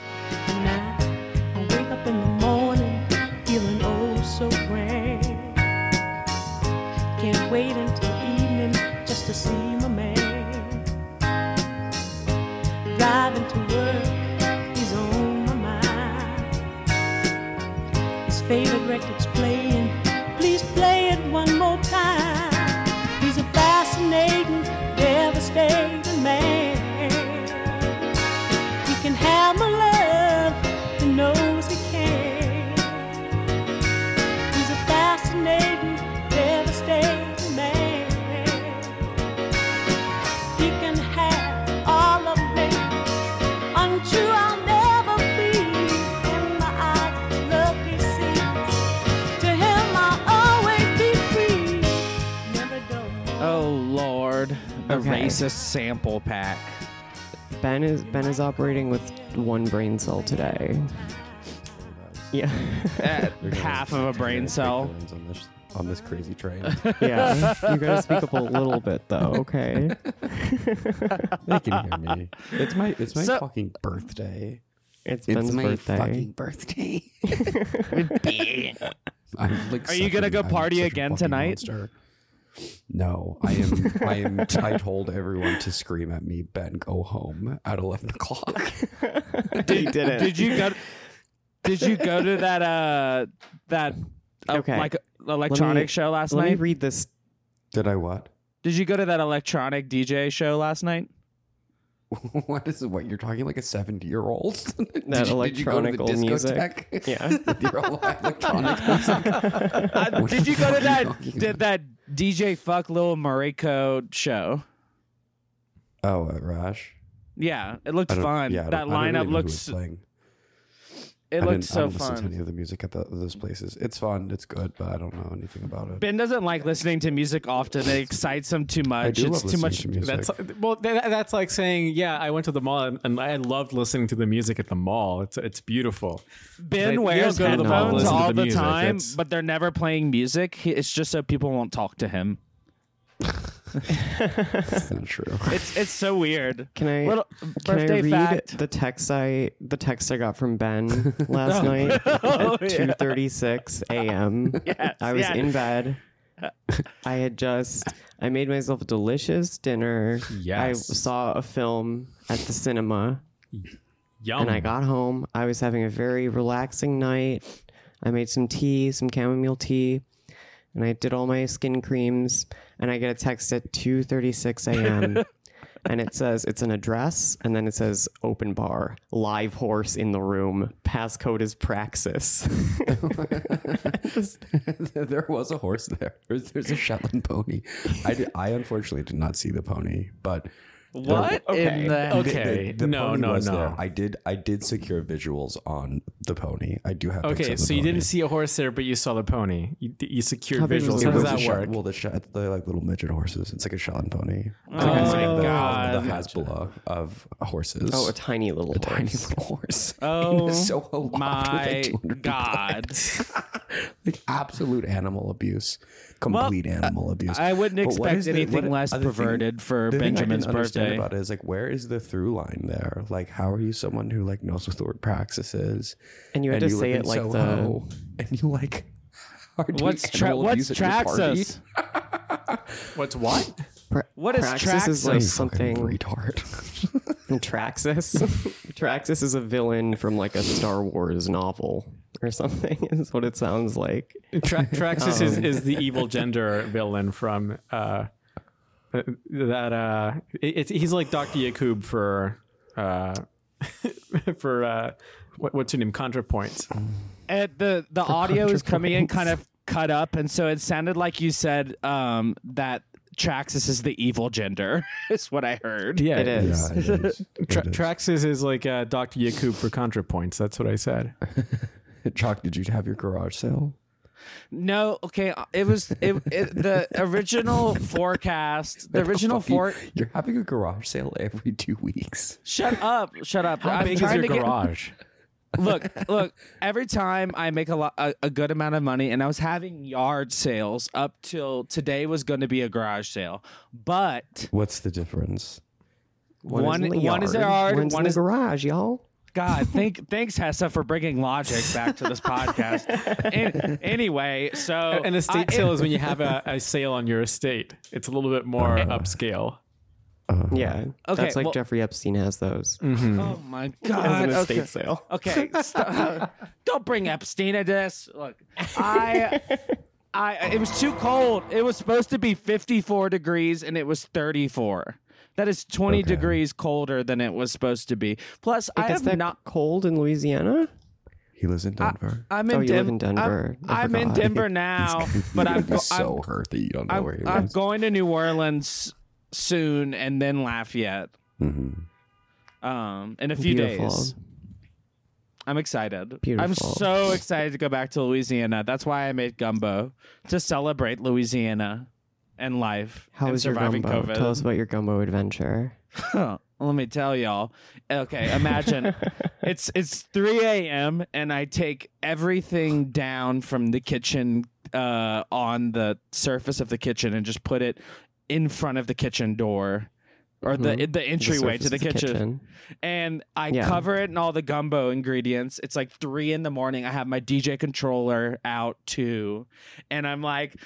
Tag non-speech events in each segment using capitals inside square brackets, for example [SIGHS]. oh favorite records playing. Please play it one more time. He's a fascinating, devastating man. He can have my love, he knows he can. He's a fascinating, devastating man. He can have all of me. Untrue, I'll never be. In my eyes, it's love he sees. To him, I'll always be free. Never don't. Oh Lord, the Okay. racist sample [LAUGHS] pack. Ben is Ben is operating with one brain cell today. Yeah, Eh, They're gonna- half of a brain they're cell. gonna pick the wins on this on this crazy train. [LAUGHS] yeah. You gotta speak up a little bit though, okay? they can hear [LAUGHS] me. It's my it's my So- fucking birthday. It's, It's Ben's my birthday. [LAUGHS] fucking [LAUGHS] birthday. [LAUGHS] I'm like Are you gonna such go a- I'm party such a again fucking tonight? monster. No, I am. [LAUGHS] I am. I told everyone to scream at me, Ben. Go home at [LAUGHS] eleven o'clock. He did it. Did [LAUGHS] you go? Did you go to that uh that uh, Okay. like electronic show last Let me night? read this. Did I what? [LAUGHS] Did you go to that electronic DJ show last [LAUGHS] night? What is it? What you're talking like a seventy year old? [LAUGHS] That electronical music. [LAUGHS] Yeah. with your [LAUGHS] old electronic music. Uh, What did the you go to fuck are that talking did about? that DJ fuck Lil Mariko show? Oh, at Rash. Yeah, it looked I don't- fun. yeah, that I don't- I don't lineup really know who looks was playing. it I looked didn't- I so don't listen to fun. any of the music at the, those places. It's fun. It's good, but I don't know anything about it. Ben doesn't like listening to music often. It excites him too much. do it's love too much. listening to music. That's well. That, that's like saying, yeah, I went to the mall and, and I loved listening to the music at the mall. It's it's beautiful. Like, Ben you wears don't go to the mall to headphones listen to all the the music. time, It's- but they're never playing music. He- It's just so people won't talk to him. That's [LAUGHS] not true. It's it's so weird. Can I Little can I birthday read [LAUGHS] fact. the text I the text I got [LAUGHS] from Ben last night Oh, at yeah. two thirty six a.m. Yes, I was yeah. in bed. I had just I made myself a delicious dinner. I Yes. saw a film at the cinema Yum. and Hmm. I got home. I was having a very relaxing night. I made some tea, some chamomile tea, and I did all my skin creams. And I get a text at 2:36 a.m. and it says it's an address, and then it says open bar, live horse in the room. Passcode is Praxis. [LAUGHS] there was a horse there. There's, there's a Shetland pony. I, did- I unfortunately did not see the pony, but What in the the- Okay, the, no, pony no, was no. there. I did I did secure visuals on the pony. I do have. pics okay, of the so you pony. didn't see a horse there, but you saw the pony. You, you secured How big was visuals. the How does horse? a that Shet- work? Well, the Shet- they're like little midget horses. It's like a Shetland pony. Oh my God. The Hasbula of horses. oh, [LAUGHS] a tiny little horse. tiny little horse. Oh In Soho Loft with, my like, 200 god! [LAUGHS] Like absolute animal abuse. Well, Complete animal abuse. I wouldn't But what expect is the- anything what- less uh, the thing- perverted for the thing I didn't Benjamin's understand birthday. About it is like, where is the through line there? Like, how are you someone who like knows what the word praxis is? And you had to live say in it like Soho, and you like. [LAUGHS] are doing What's tra- animal what's abuse at your party? Traxxas? What's what? the pra- What is Praxis Traxxas? is like You fucking something retard. [LAUGHS] Traxxas. Traxxas is a villain from like a Star Wars novel or something. [LAUGHS] Is what it sounds like. [LAUGHS] Tra- Traxxas is, Um. is the evil gender villain from uh, uh, that. Uh, it, it's he's like Doctor Yakub for uh, [LAUGHS] for uh, what, what's her name? ContraPoint. And the the audio is coming in kind of cut up, and so it sounded like you said um, that Traxxas is the evil gender. [LAUGHS] Is what I heard. Yeah, It is. Yeah, it is. Tra- Traxxas is like uh, Doctor Yakub for ContraPoints. That's what I said. Chalk, did you have your garage sale? No, okay. uh, It was it, it, the original forecast. The original Fuck you. for. You're having a garage sale every two weeks. Shut up! Shut up! How I'm big is trying to your get- [LAUGHS] garage? look, look. Every time I make a, lot, a a good amount of money, and I was having yard sales up till today was going to be a garage sale, but What's the difference? One, One- is in the one is yard, yard, one's one in is- the garage, y'all. God, [LAUGHS] thank thanks Hessa for bringing logic back to this podcast. An- anyway, so [LAUGHS] [LAUGHS] An estate sale is when you have a, a sale on your estate. It's a little bit more upscale. Yeah. Okay, That's like well- Jeffrey Epstein has those. Oh my god. an okay. estate sale. Okay, [LAUGHS] stop. don't bring Epstein into this. Look, I, I, it was too cold. It was supposed to be 54 degrees, and it was 34. That is 20 degrees colder than it was supposed to be. Plus, I Is have that not. cold in Louisiana? He lives in Denver. I'm in, Oh, you live in I'm- Denver. I I'm, in forgot. [LAUGHS] Denver [LAUGHS] now, but I'm, go- He's so I'm, hurt that you don't know where he I'm, I'm lives. going to New Orleans soon, and then Lafayette. Um, in a few Mm-hmm. Beautiful. days. I'm excited. I'm Beautiful. so excited to go back to Louisiana. That's why I made gumbo to celebrate Louisiana and life. How and was your surviving gumbo? COVID. Tell us about your gumbo adventure. [LAUGHS] Let me tell y'all. Okay, [LAUGHS] imagine it's it's 3 a.m. and I take everything down from the kitchen uh, on the surface of the kitchen and just put it in front of the kitchen door or the the entryway to surface the of Hmm. the kitchen. kitchen. And I Yeah. cover it in all the gumbo ingredients. It's like three in the morning. I have my DJ controller out too. And I'm like,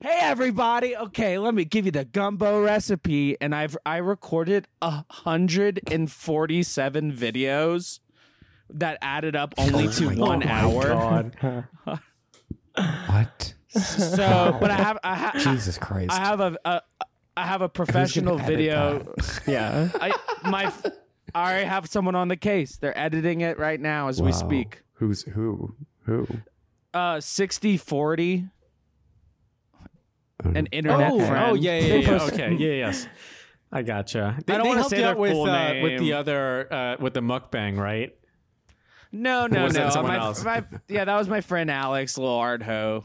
hey everybody, okay, let me give you the gumbo recipe. And I've I recorded hundred and forty seven videos that added up only to Oh my one God. hour. What? So but I have I have [LAUGHS] Jesus Christ. I have a, a I have a professional edit video. Yeah. I my f- I already have someone on the case. They're editing it right now as we Wow. speak. Who's who? Who? Uh, 60 40 an internet Oh, friend. oh yeah, yeah, They yeah. post- okay, yeah, yes. I gotcha. They, I don't they wanna helped say you their out with full uh, with the name. other uh, with the mukbang, right? No, no, Was that no. someone my, else? my- yeah, that was my friend Alex Lardho.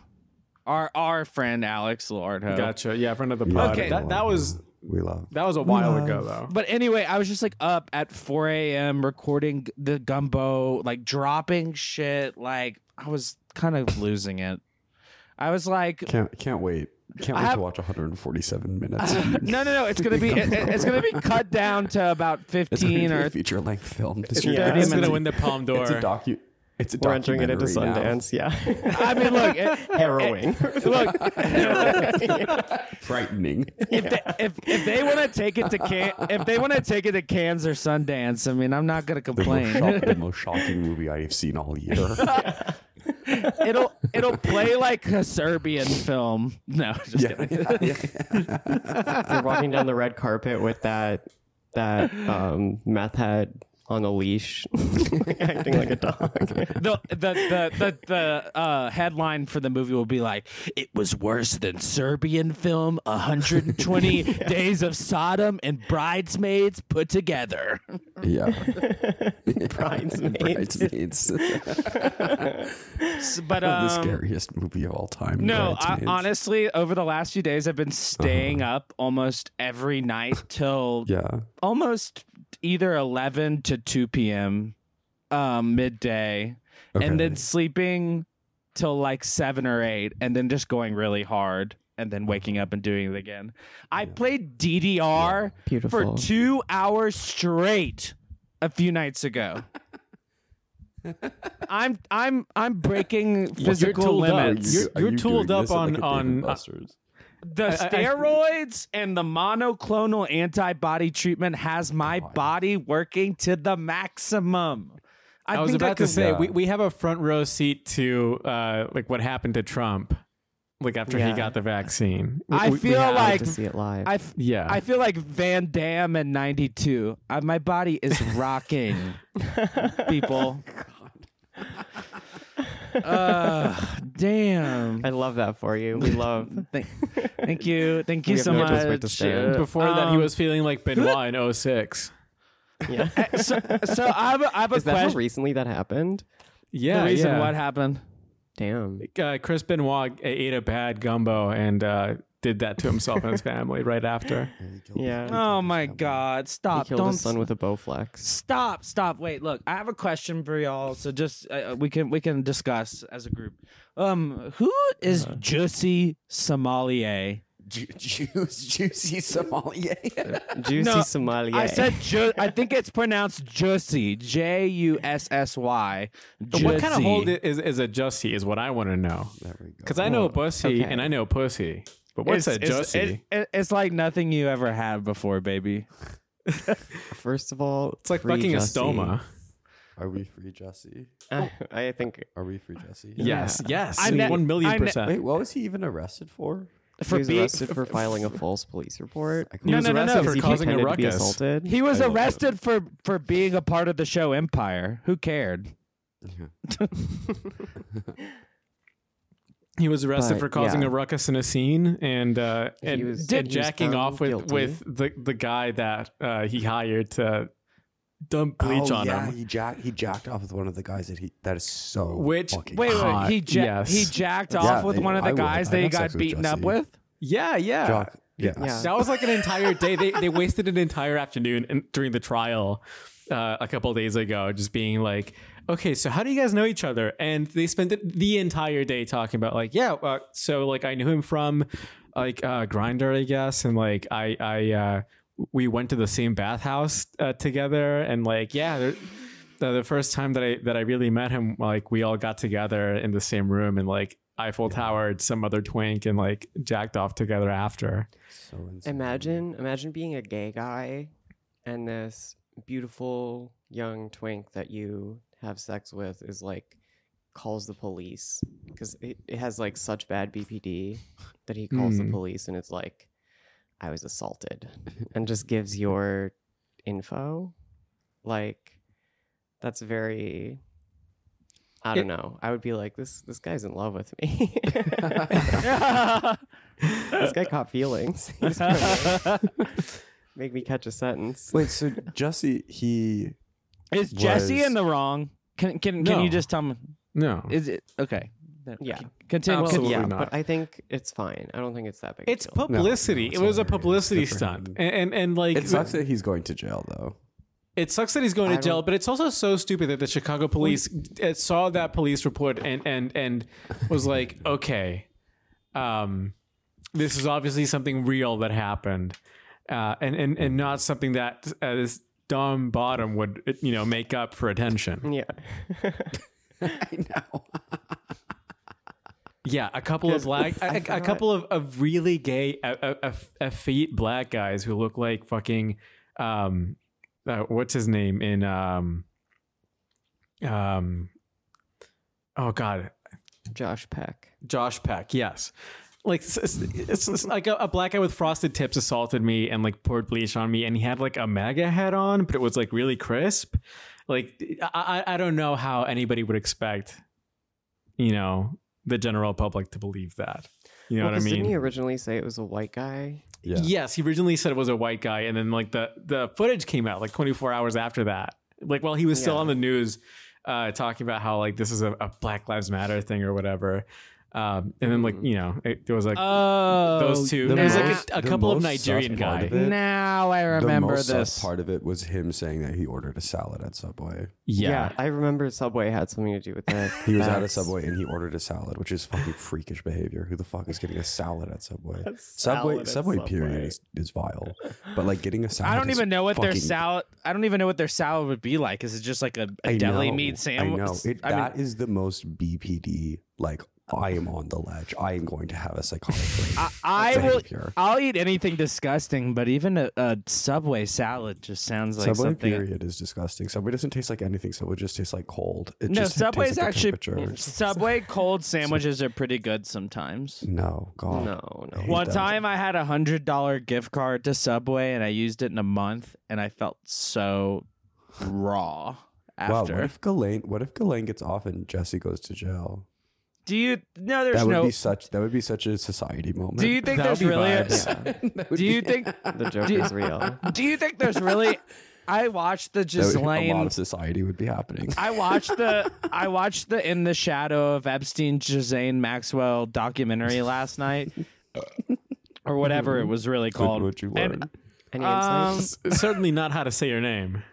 Our our friend Alex Lardho. Gotcha. Yeah, friend of the pod. Okay. That, that was We love. that was a while ago though. But anyway, I was just like up at 4 a.m. recording the gumbo, like dropping shit. Like I was kind of losing it. I was like, Can't can't wait. Can't I wait have- to watch 147 minutes. no, no, no. It's gonna be it- it- it's gonna be cut down to about [LAUGHS] It's going 15 to be a or feature length film. This Yeah. year. He's It's gonna win the Palm d'Or. It's a docu. It's a We're entering it into documentary now. Sundance. Yeah. I mean, look, [LAUGHS] it, [LAUGHS] Harrowing. Frightening. if they, if if they want to take it to can if they want to take it to Cannes or Sundance, I mean, I'm not gonna the, most complain. [LAUGHS] shock, the most shocking movie I've seen all year. [LAUGHS] it'll it'll play like a Serbian film. No, just kidding. [LAUGHS] You're walking down the red carpet with that that um, meth head on a leash, [LAUGHS] acting like a dog. The the the the, the uh, headline for the movie will be like, "It was worse than Serbian film: [LAUGHS] 120 Days of Sodom and Bridesmaids put together." [LAUGHS] [LAUGHS] yeah. Bridesmaids. [LAUGHS] Bridesmaids. S- But the um, scariest movie of all time. No, I, Bridesmaids. honestly, over the last few days, I've been staying up almost every night till Yeah. almost either 11 to 2 p.m. Um, midday, Okay. and then sleeping till like seven or eight, and then just going really hard, and then waking up and doing it again. I played DDR for Beautiful. two hours straight a few nights ago. I'm I'm I'm breaking physical tooled up. limits. You're- you're tooled doing up this at, on- like, a Dave on- uh, and Buster's? The steroids and the monoclonal antibody treatment has my body working to the maximum. I, I, was think about I to could- say we, we have a front row seat to uh, like what happened to Trump, like after he Yeah. got the vaccine. I We- we feel have- like to see it live. I f- yeah, I feel like Van Damme in '92. I, my body [LAUGHS] is rocking, people. Uh, damn. [LAUGHS] I love that for you. We love. Thank, thank you. Thank you We have so no choice but to much. stand. before that he um, was feeling like Benoit in 06. [LAUGHS] Yeah. eh, so, so I have a, I have a Is that how question. recently that happened? Yeah, the reason yeah. what happened. Damn. uh, Chris Benoit ate a bad gumbo and uh, did that to himself [LAUGHS] and his family right after. Yeah. Oh my God! he Stop! killed Uh, Don't his son with a Bowflex. stop! Stop! Wait, look. I have a question for y'all. So just uh, we can we can discuss as a group. Um, who is Jussie Sommelier? Ju- [LAUGHS] juice, juicy [LAUGHS] sommelier. [LAUGHS] Juicy No, Somalia. I said ju- I think it's pronounced Jussie. J U S S Y. What kind of hold i- is, is a jussie is what I want to know. there we go. Because I know pussy okay. and I know pussy. But what's a it's, Jussie? it- it- it's like nothing you ever had before, baby. First of all, it's like free fucking a Jussie. stoma. Are we free, Jesse? [LAUGHS] I, I think Are we free, Jesse? Yes, yes, I ne- one million I ne- percent. Wait, what was he even arrested for? he was being- arrested for filing a false police report. he No, was no, no, no, because arrested for he causing a pretended to be ruckus. assaulted. He was I love arrested for for being a part of the show Empire. Who cared? He was arrested But, for causing yeah. a ruckus in a scene and uh, and, was- and he was jacking found off with guilty. with the the guy that uh, he hired to dump bleach oh, on yeah, him. He jacked. He jacked off with one of the guys that he. That is so. Which- fucking Wait, hot. wait. God, He ja- yes. he jacked Yeah, off with they- one of the I would. guys I'd that he have got sex with beaten up Jesse. with. Yeah, yeah. Jack- Yeah. Yeah. That was like an entire day. They they wasted an entire afternoon in, during the trial uh, a couple days ago, just being like, okay, so how do you guys know each other? And they spent the, the entire day talking about like, yeah, uh, so like I knew him from like uh, Grinder, I guess, and like I I uh, we went to the same bathhouse uh, together, and like yeah. There, the, the first time that I that I really met him, like we all got together in the same room and like Eiffel Towered some other twink and like jacked off together after. So insane. Imagine, imagine being a gay guy and this beautiful young twink that you have sex with is like calls the police because it, it has like such bad BPD that he calls the Mm. police and it's like, I was assaulted and just gives your info. Like, that's very. I don't know. I would be like this. This guy's in love with me. [LAUGHS] this guy caught feelings. [LAUGHS] [LAUGHS] He's gonna [LAUGHS] Make me catch a sentence. [LAUGHS] Wait, so Jesse, he Is Jesse Was- in the wrong? Can can can No. you just tell me? No. Is it okay? Then- Yeah. Continue. Absolutely. yeah, not. but I think it's fine. I don't think it's that big. It's a deal. publicity. it's it hilarious. was a Good publicity for stunt, him. and, and and like it sucks that he's going to jail [LAUGHS] though. it sucks that he's going I to jail, don't- but it's also so stupid that the Chicago police uh, saw that police report and and and was [LAUGHS] like, okay, um, this is obviously something real that happened, uh, and and and not something that uh, this dumb bottom would uh, you know make up for attention. yeah. [LAUGHS] I know. Yeah, a couple of black, a, a- a forgot- couple of, of really gay, a, a, a- effete black guys who look like fucking, um, uh, what's his name in um, um, oh god, Josh Peck. Josh Peck, yes. Like it's, it's, it's- it's like a, a black guy with frosted tips assaulted me and like poured bleach on me, and he had like a MAGA hat on, but it was like really crisp. Like I, I I don't know how anybody would expect, you know, the general public to believe that. You know Well, what I 'cause mean? Didn't he originally say it was a white guy? Yeah. Yes, he originally said it was a white guy, and then like the the footage came out like 24 hours after that. Like while he was still Yeah. on the news, uh, talking about how like this is a, a Black Lives Matter thing or whatever. Um, and then like you know it, there was like Oh, those two. the There was most- like a, a the couple of most sus Nigerian part guy. of it- Now I the remember most sus this. part of it was him saying that he ordered a salad at Subway. Yeah. I remember Subway had something to do with [LAUGHS] that. He was at a That's- Subway and he ordered a salad, which is fucking freakish behavior. Who the fuck is getting a salad at Subway? Subway, salad at Subway, period Subway. is, is vile. But like getting a salad, I don't is even know what their fucking- salad. I don't even know what their salad would be like. Is it just like a, I a deli know, meat sandwich? I know it, I that is the most BPD. Like I am on the ledge. I am going to have a psychotic. break. I will. Behavior. I'll eat anything disgusting, but even a, a Subway salad just sounds like Subway something. period is disgusting. Subway doesn't taste like anything. Subway just tastes like cold. It No, just tastes Subway's like the actually. temperature. Subway cold sandwiches are pretty good sometimes. No, God. No, no. I hate One that. time I had a hundred dollar gift card to Subway and I used it in a month and I felt so raw Wow. after. What if Galen? What if Galen gets off and Jesse goes to jail? do you no there's that would no be such. That would be such a society moment. do you think there's That would be really a- vibes. do you think The joke [LAUGHS] is real. do you think there's really I watched the That would- a lot Ghislaine of society would be happening? [LAUGHS] I watched the I watched the In the Shadow of Epstein Ghislaine Maxwell documentary last [LAUGHS] night. or whatever it was really called. what you And- learn. Any Um, insights? Certainly not how to say your name.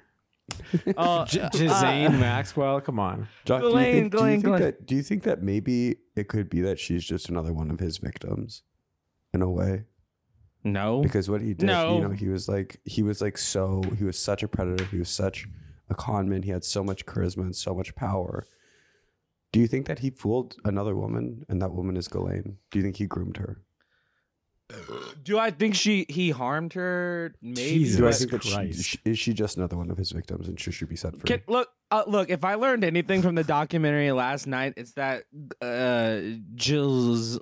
uh, [LAUGHS] Jazane Maxwell, come on. Jock, Ghislaine, do, you Ghislaine, think, do, you Ghislaine. think that, do you think that maybe it could be that she's just another one of his victims, in a way? no. Because what he did, No. you know, he was like he was like so he was such a predator. He was such a con man. He had so much charisma and so much power. Do you think that he fooled another woman, and that woman is Ghislaine? Do you think he groomed her? Do I think she he harmed her? Maybe. Jesus. Do I but- think that Christ. she, is she just another one of his victims and should she be set free? Can, look, uh, look. If I learned anything from the documentary last night, it's that uh, Jill's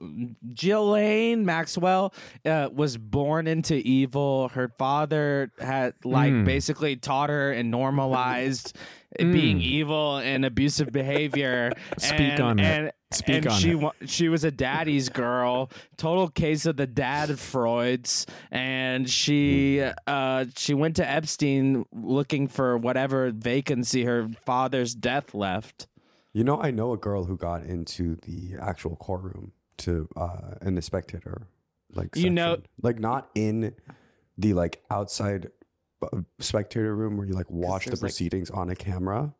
Jillane Maxwell uh, was born into evil. Her father had like Mm. basically taught her and normalized Mm. being evil and abusive behavior. Speak and, on it. and, Speak and on she it. wa- she was a daddy's girl, total case of the dad Freud's, and she uh, she went to Epstein looking for whatever vacancy her father's death left. You know, I know a girl who got into the actual courtroom to uh in the spectator, like You know- section. like not in the like outside uh, spectator room where you like watch the there's, like- proceedings on a camera,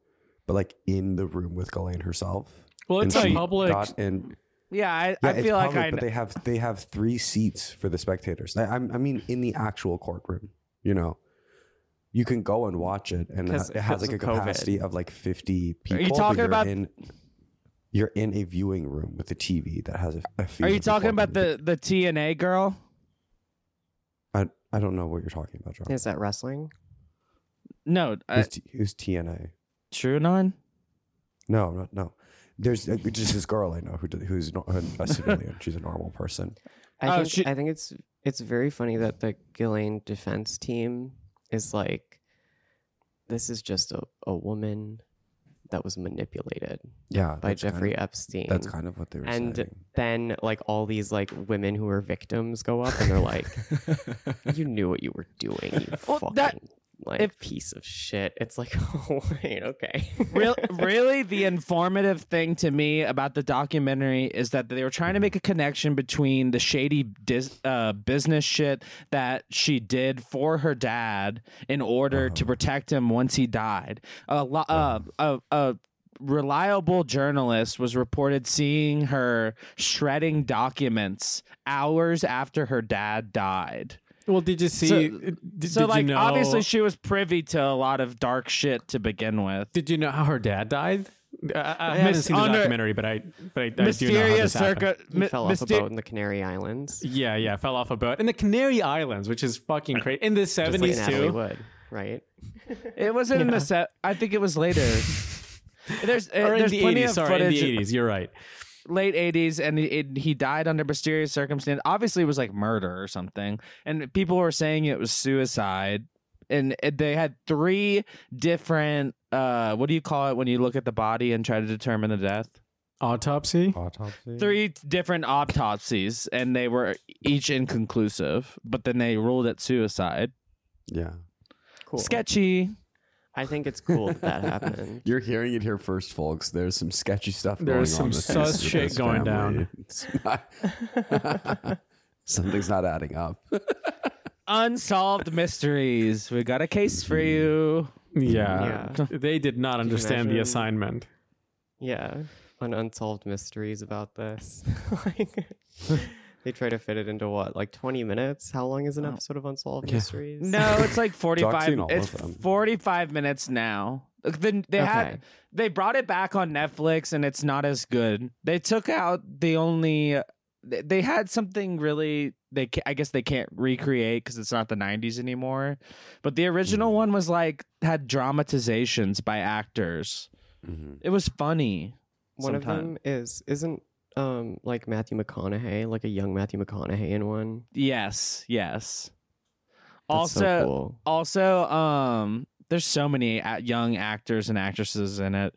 but like in the room with Ghislaine herself. Well, it's And a she public. got in- Yeah, I, Yeah, I it's feel like public, I but they have they have three seats for the spectators. I, I'm- I mean, in the actual courtroom, you know. You can go and watch it, and 'Cause- it has 'cause like a of COVID. capacity of like fifty people. you but talking you're about- In, you're in a viewing room with a TV that has a. a feed Are you of talking about courtroom. the the TNA girl? I, I don't know what you're talking about, Um, [LAUGHS] John. Is that wrestling? No, uh, Who's, T, who's TNA? True None. No, no, no. There's uh, just this girl I know who d- who's no- a civilian. She's a normal person. I Oh, think she- I think it's it's very funny that the Gillane defense team is like, this is just a, a woman that was manipulated Yeah, by that's kind of- Jeffrey Epstein. that's kind of what they were and saying. then like all these like women who are victims go up and they're [LAUGHS] like, you knew what you were doing, you Well, fucking that- like if- piece of shit. It's like, [LAUGHS] oh wait, okay, [LAUGHS] Real, really, the informative thing to me about the documentary is that they were trying to make a connection between the shady dis, uh, business shit that she did for her dad in Uh-huh. order to protect him once he died. A lo- uh, a, a reliable journalist was reported seeing her shredding documents hours after her dad died. well, did you see? So- did, So, did like, you know, obviously, she was privy to a lot of dark shit to begin with. did you know how her dad died? I, I Mis- haven't seen the under- documentary, but I but I, I do know how Mysterious this happened. circa. he mi- fell off myster- a boat in the Canary Islands, Yeah, yeah, fell off a boat in the Canary Islands, which is fucking crazy. In the just like seventies Natalie too. Wood, right? It wasn't in the set. I think it was later. [LAUGHS] there's [LAUGHS] uh, Or in there's the plenty eighties, of sorry, in footage, the eighties. You're right. late '80s, and he- it, he died under mysterious circumstance. Obviously, it was like murder or something, and people were saying it was suicide. And it- they had three different. Uh, what do you call it when you look at the body and try to determine the death? Autopsy. Oh, Autopsy. Three different autopsies, and they were each inconclusive. But then they ruled it suicide. Yeah. Cool. Sketchy. I think it's cool that that happened. [LAUGHS] You're hearing it here first, folks. There's some sketchy stuff There is going on. some with sus this- with shit this going family. [LAUGHS] It's not- [LAUGHS] Something's not adding up. Unsolved mysteries. We got a case for Hmm. you. Yeah. Yeah. They did not understand the imagine? assignment. Yeah, on unsolved mysteries about this. [LAUGHS] [LAUGHS] like, they try to fit it into what, like twenty minutes? How long Oh. is an episode of unsolved mysteries? No, it's [LAUGHS] like Doc's seen 45. all It's of them. 45 minutes now. Like, the- they had Okay. they brought it back on Netflix and it's not as good. They took out the only they- they had something really they ca- I guess they can't recreate cuz it's not the 90s anymore. But the original Hmm. one was like had dramatizations by actors. Mm-hmm. It was funny. one of sometime. them is isn't um like Matthew McConaughey, like a young Matthew McConaughey in one. Yes, yes. That's so also cool. also um there's so many a- young actors and actresses in it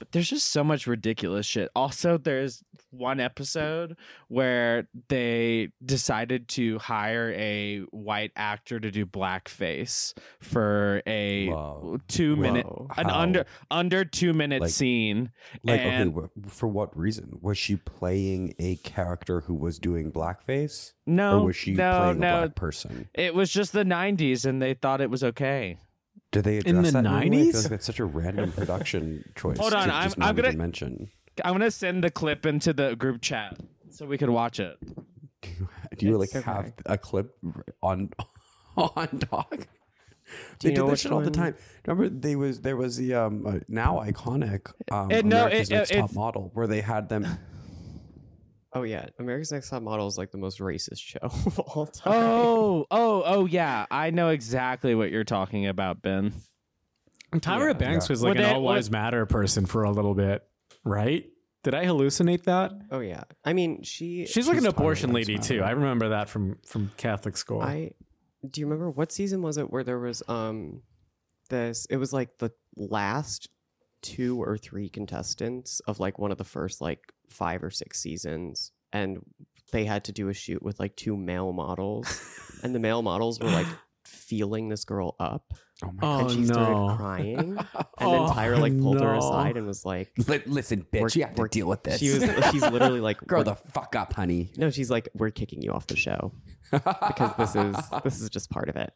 but there's just so much ridiculous shit also there's one episode where they decided to hire a white actor to do blackface for a Wow. two minute Whoa. an How? under under two minute Like- scene Like, And- okay, wh- for what reason was she playing a character who was doing blackface, no or was she no playing no a black person? it was just the 90s and they thought it was okay Did they address In the that way? I 90s? feel like that's such a random production choice. Hold on, to I'm- just I'm not gonna- even mention. i'm gonna send the clip into the group chat so we could watch it Do you like It's okay. have a clip on [LAUGHS] on dog? Do you know they did that which shit all the one? time. Remember, they was there was the um uh, now iconic um, It- no, America's it- Next it- Top it's- Model where they had them. Oh yeah, America's Next Top Model is like the most racist show [LAUGHS] of all time. Oh, oh, oh, yeah. I know exactly what you're talking about, Ben. Tyra Banks was like Well, an that- all lives matter person for a little bit, right? Did I hallucinate that? Oh yeah. I mean, she. She's like an Tyra abortion Banks lady matter. too. I remember that from from Catholic school. I. Do you remember what season was it where there was um, this? It was like the last two or three contestants of like one of the first like five or six seasons, and they had to do a shoot with like two male [LAUGHS] models, and the male models were like feeling this girl up, Oh my oh and she no! started [LAUGHS] crying, and [LAUGHS] Oh, then Tyra like pulled her no. aside and was like. Li- listen, bitch, We're- you have to we're- deal with this. She was. She's literally like, [LAUGHS] grow "We're the fuck up, honey. No, she's like, we're kicking you off the show because this is this is just part of it.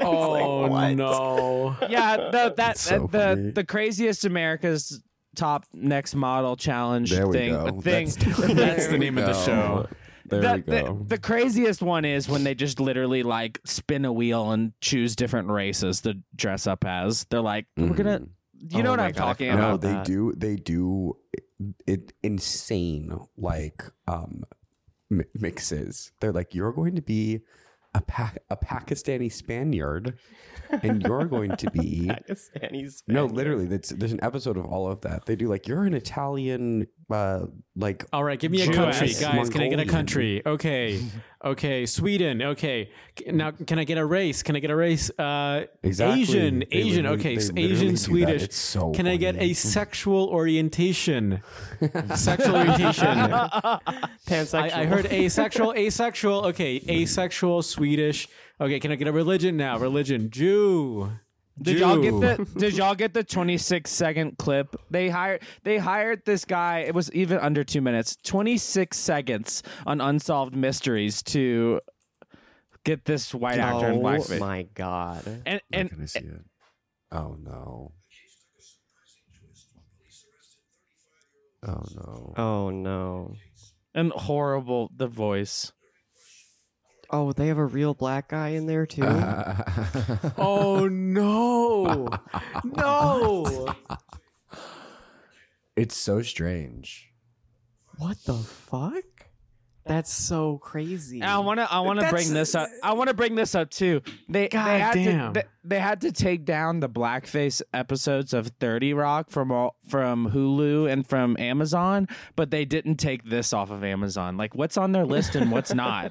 Oh what? [LAUGHS] no! Yeah, [LAUGHS] the, that so uh, funny. the the craziest America's top next model challenge There we thing. go. thing. [LAUGHS] That's- That's There the we name of the go. show. There the, the, the craziest one is when they just literally like spin a wheel and choose different races to dress up as. They're like, we're gonna, you Oh know what my I'm God, I talking forgot Mm. no, about. about they that. do. They do it insane like um mi- mixes. They're like, you're going to be a pa- a Pakistani Spaniard, and you're going to be. Pakistanis. No, literally, that's, there's an episode of all of that. They do like you're an Italian, uh, like All right, give me a Jewish, country, guys. Can I get a Mongolian. country? [LAUGHS] Okay, okay, Sweden. Okay, C- now can I get a race? Can I get a race? Uh, Exactly. Asian, They Asian. literally- Okay, they s- literally do Asian that. Swedish. It's so can I get funny. a sexual [LAUGHS] orientation? sexual orientation. pansexual. I, I heard asexual, asexual. Okay, asexual Swedish. Okay, can I get a religion now? Religion, Jew. Did y'all get Jew. the Did y'all get the 26 second clip? They hired They hired this guy. It was even under two minutes, 26 seconds on Unsolved Mysteries to get this white actor in Oh blackface. my god! and Not and gonna see it. Oh no. Oh no. Oh no! and horrible the voice. Oh, they have a real black guy in there too. Uh-huh. Oh [LAUGHS] no, no. It's so strange. what the fuck? That's so crazy. And I want to I want to bring this up. I want to bring this up too. They God they had damn. to they, they had to take down the blackface episodes of 30 Rock from all, from Hulu and from Amazon, but they didn't take this off of Amazon. Like what's on their list and what's [LAUGHS] not?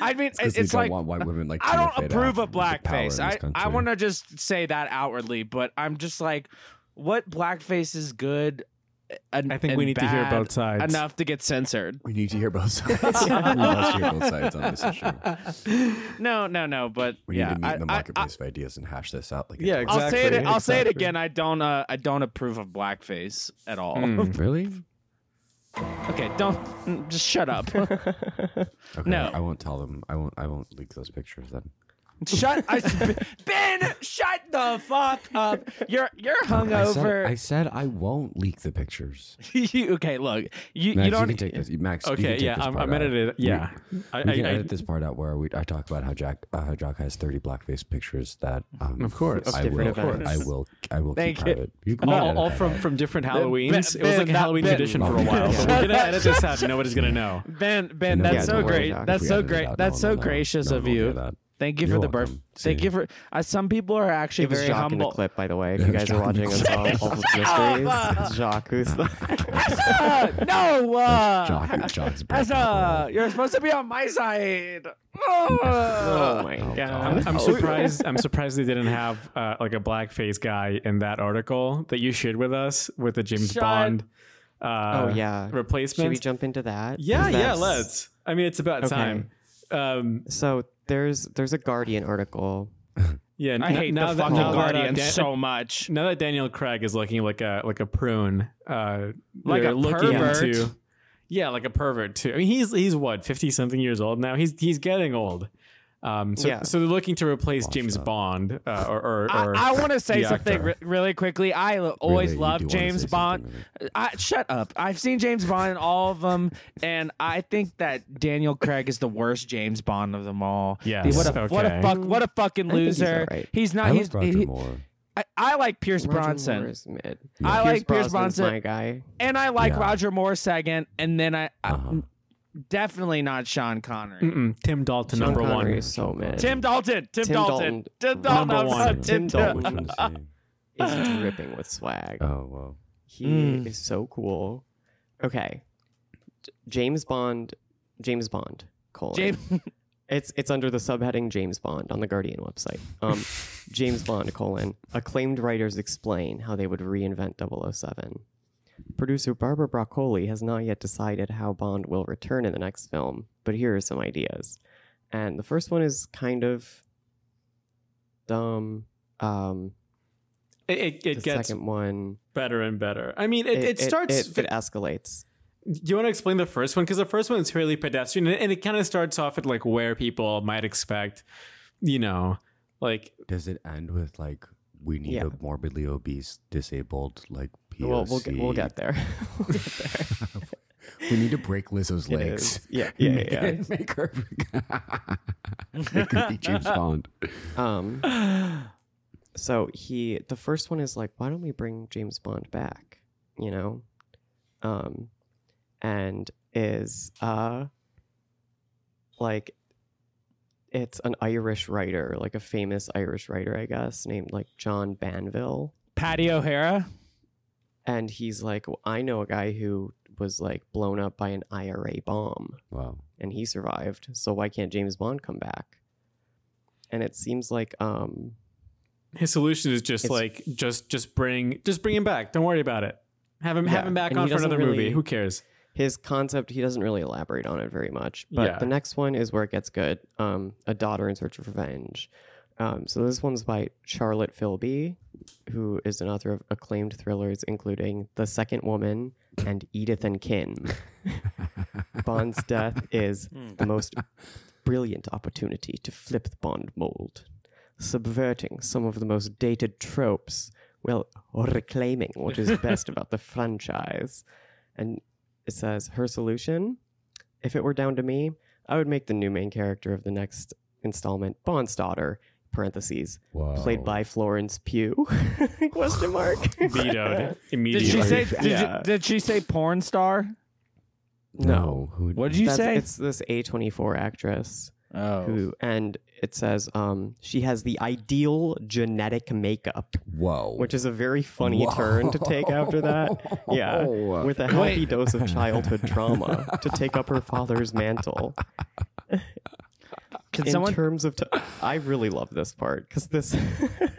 I mean, it's, they don't like want white women like I Tina don't Fey to approve have of the power in blackface. this I I country. want to just say that outwardly, but I'm just like what blackface is good and, I think and we need to hear bad both sides. enough to get censored. We need to hear both sides. [LAUGHS] we must hear both sides on this issue. No, no, no, but We yeah, need to meet I- in the I- I- marketplace of ideas and hash this out. Like, Yeah, it's- I'll say it. Exactly, I'll say it exactly. Hmm. again. I don't. Uh, I don't approve of blackface at all. Really? [LAUGHS] Okay, don't. mm, Just shut [LAUGHS] up. Okay, No. I won't tell them. I won't. I won't leak those pictures then. shut. I, ben, shut the fuck up. You're you're [LAUGHS] hungover. I said I won't leak the picters. You- okay, look. You Max, you you, don't. can take this. Max, you can Okay, take yeah, this I'm, part I'm out. edited. Yeah, I, We can I, I, edit this part out where we, I talk about how Jack uh, how Jack has thirty blackface pictures that um, Of course. I Of will, different events. I will I will Thank keep you. private. You can all, edit all that from out. from different Halloweens. Ben- it was like a Ben, Halloween Ben- tradition for a while. So we're gonna edit this out. and Nobody's gonna know. ben, Ben, No, that's yeah, so don't worry, great. Doc. If That's we so edit it great. out, no That's one so will know. gracious No of one will you. know that. Thank you You're for the birth. welcome. Thank See. you for. Uh, some people are actually It was very Jacques in the humble. [LAUGHS] clip, by the way. If you guys are watching us on all of mysteries, it's Jacques. Who's the? Ah, no. Uh, [LAUGHS] Jock, Jock's That's uh, birthday. you're supposed to be on my side. [LAUGHS] Oh, my Oh, god. God. I'm Oh, surprised. I'm surprised they didn't have uh, like a blackface guy in that article that you shared with us with the James Shut- Bond. Uh, Oh yeah. Should replacement. we jump into that? yeah, 'Cause yeah. that's- Let's. I mean, it's about Okay. time. Um, So there's there's a Guardian article yeah, I hate now the that, fucking now that, uh, Guardian Dan- so much. Now that Daniel Craig is looking like a like a prune, uh, Like they're a looking pervert. into- yeah, like a pervert too. I mean, he's he's what fifty something years old now. He's he's getting old. Um, so Yeah. so they're looking to replace James Bond uh, or or, I, or I want to say the something actor. re- really quickly. I l- always Really, you do loved wanna James say something, Bond. Uh, I, shut up. I've seen James Bond in all of them, and I think that Daniel Craig is the worst James Bond of them all. Yes, what a what a okay. fuck what a fucking I think he's loser. alright. He's I not. like He's Roger he- Moore. I, I like Pierce Roger Bronson. Moore is mid. I like Pierce Brosnan's Bronson. My guy. and I like Yeah. Roger Moore second, and then I, uh, I- Uh-huh. definitely not Sean Connery. Mm-mm. Tim Dalton, Sean number Connery one. is so mid. Tim Dalton, Tim, Tim Dalton, Dalton. Tim Dalton, Number I'm sorry, one. Tim Tim Dalton. Dalton. is dripping with Uh, swag. [LAUGHS] Oh wow. He Mm. is so cool. Okay, J- James Bond. James Bond. Colon. James, It's it's under the subheading James Bond on the Guardian website. [LAUGHS] Um, James Bond colon acclaimed writers explain how they would reinvent 007. Producer Barbara Broccoli has not yet decided how Bond will return in the next film, but here are some ideas. And the first one is kind of dumb. Um, It, it, the it gets second one, better and better. I mean, it, it, starts. it, it escalates. Do you want to explain the first one? Because the first one is fairly pedestrian, and- and it kind of starts off at like where people might expect, you know, like Does it end with like we need Yeah. a morbidly obese, disabled like POC? Well, we'll get, we'll get there. [LAUGHS] We'll get there. [LAUGHS] We need to break Lizzo's It [LAUGHS] legs. [LAUGHS] is- Yeah, yeah, Make- yeah. yeah. Make her. [LAUGHS] Make her be [LAUGHS] James Bond. Um, so he, the first one is like, why don't we bring James Bond back? You know, um, and is uh, like, it's an Irish writer, like a famous Irish writer, I guess, named like John Banville, Patty O'Hara. and he's like, well, I know a guy who was like blown up by an IRA bomb. Wow. and he survived. So why can't James Bond come back? And it seems like um his solution is just It's- like just just bring just bring him back. Don't worry about it. Have him have Yeah, him back and on he for doesn't another movie. really- Who cares? [LAUGHS] his concept he doesn't really elaborate on it very much. But Yeah. the next one is where it gets good. Um A Daughter in Search of Revenge. Um so this one's by Charlotte Philby, who is an author of acclaimed thrillers including The Second Woman and Edith and Kin. Bond's death is the most brilliant opportunity to flip the Bond mold, subverting some of the most dated tropes, well, or reclaiming what is best about the franchise. And it says her solution if it were down to me, I would make the new main character of the next installment Bond's daughter. Parentheses Wow. played Oh. by Florence Pugh? [LAUGHS] Question mark. [LAUGHS] [LAUGHS] Vetoed Did immediately. she say? Did, Yeah. you, did she say porn star? No. Who? What did you That's- say? It's this A24 actress. Oh, who and it says um, she has the ideal genetic makeup, Whoa. which is a very funny Whoa. turn to take [LAUGHS] after that. Yeah, with a healthy Oh. Wait. dose of childhood [LAUGHS] trauma to take up her father's mantle. can in someone? terms of, to- I really love this part because this,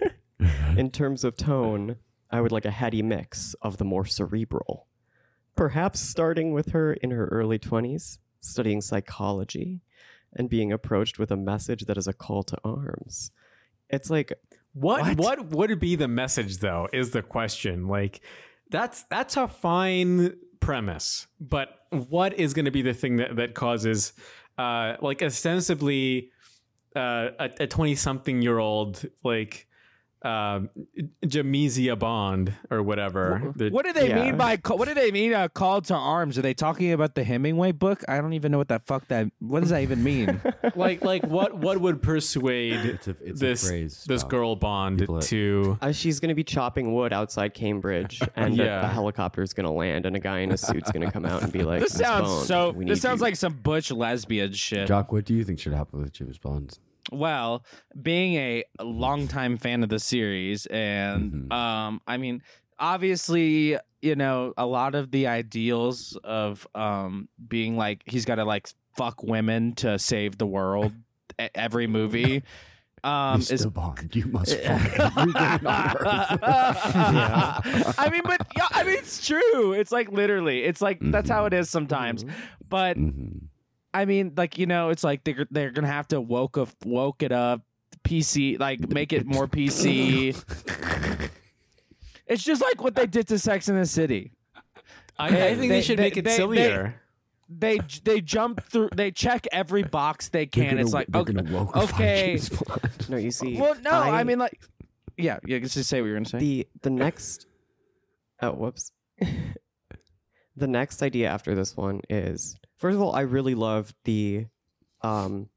[LAUGHS] in terms of tone, I would like a heady mix of the more cerebral, perhaps starting with her in her early twenties, studying psychology, and being approached with a message that is a call to arms. It's like What, what would be the message though? Is the question like that's that's a fine premise, but what is going to be the thing that that causes uh, like ostensibly uh, a twenty something year old like um, Jamisia Bond or whatever? The- what do they yeah. mean by? ca- What do they mean? A call to arms? Are they talking about the Hemingway book? I don't even know what that fuck that. What does that even [LAUGHS] mean? like like what what would persuade It's a- it's a this phrase, this Bob. girl Bond People that- to? uh, she's going to be chopping wood [LAUGHS] outside Cambridge, and Yeah. the, the helicopter is going to land, and a guy in a suit's going to come out [LAUGHS] and be like, this "Miss sounds Bond, so. we This need sounds you." like some butch lesbian shit. Jock, what do you think should happen with James Bond? Well, being a longtime fan of the series, and um, I mean, obviously, you know, a lot of the ideals of um being like he's got to like fuck women to save the world. e- Every movie, um, [LAUGHS] Mr. is Bond, you must fuck every [LAUGHS] man on earth. I mean, but yeah, I mean, it's true. It's like literally, it's like that's how it is sometimes. But Mhm. I mean, like you know, it's like they're they're gonna have to woke of woke it up, PC, like make it more PC. it's just like what they did to Sex in the City. I, I They- think they, they- should they- make it they- they- sillier. They they jump through, they check every box they They're can. gonna- it's like they're okay, gonna woke okay. [LAUGHS] James Bond. no, you see. well, no, I, mean like, yeah, yeah. Just say what you're gonna say. the the next oh whoops the next idea after this one is first of all i really love the um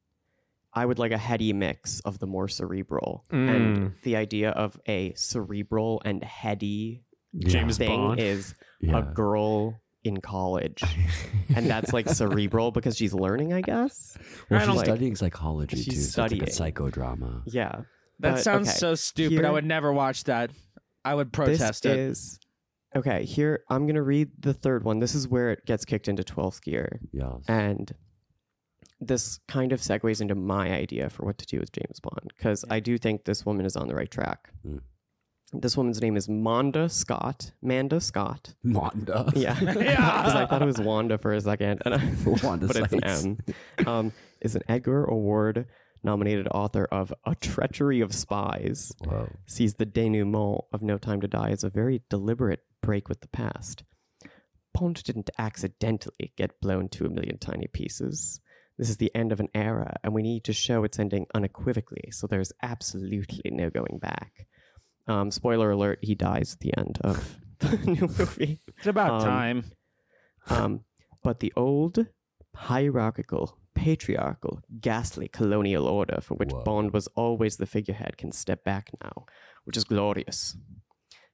I would like a heady mix of the more cerebral Mm. and the idea of a cerebral and heady James thing Bond. is Yeah. a girl in college, and that's like cerebral because she's learning, I guess. Well, I she's don't like- studying psychology She's too. So it's like a studying. psychodrama. Yeah, That But, sounds uh, okay. so stupid. I Here- would never watch that. I would protest this it. is okay. Here, I'm gonna read the third one. This is where it gets kicked into twelfth gear. Yeah. And this kind of segues into my idea for what to do with James Bond, because I do think this woman is on the right track. Mm. This woman's name is Manda Scott. Manda Scott. Wanda. Yeah. [LAUGHS] Because I thought it was Wanda for a second. And I, Wanda but it's Sykes. an M. Um, is an Edgar Award nominated author of A Treachery of Spies Whoa. sees the denouement of No Time to Die as a very deliberate break with the past. Bond didn't accidentally get blown to a million tiny pieces. This is the end of an era, and we need to show its ending unequivocally, so there's absolutely no going back. Um, spoiler alert, he dies at the end of [LAUGHS] the new movie. It's about Um, time. Um, but the old hierarchical, patriarchal, ghastly colonial order for which Whoa. Bond was always the figurehead can step back now, which is glorious.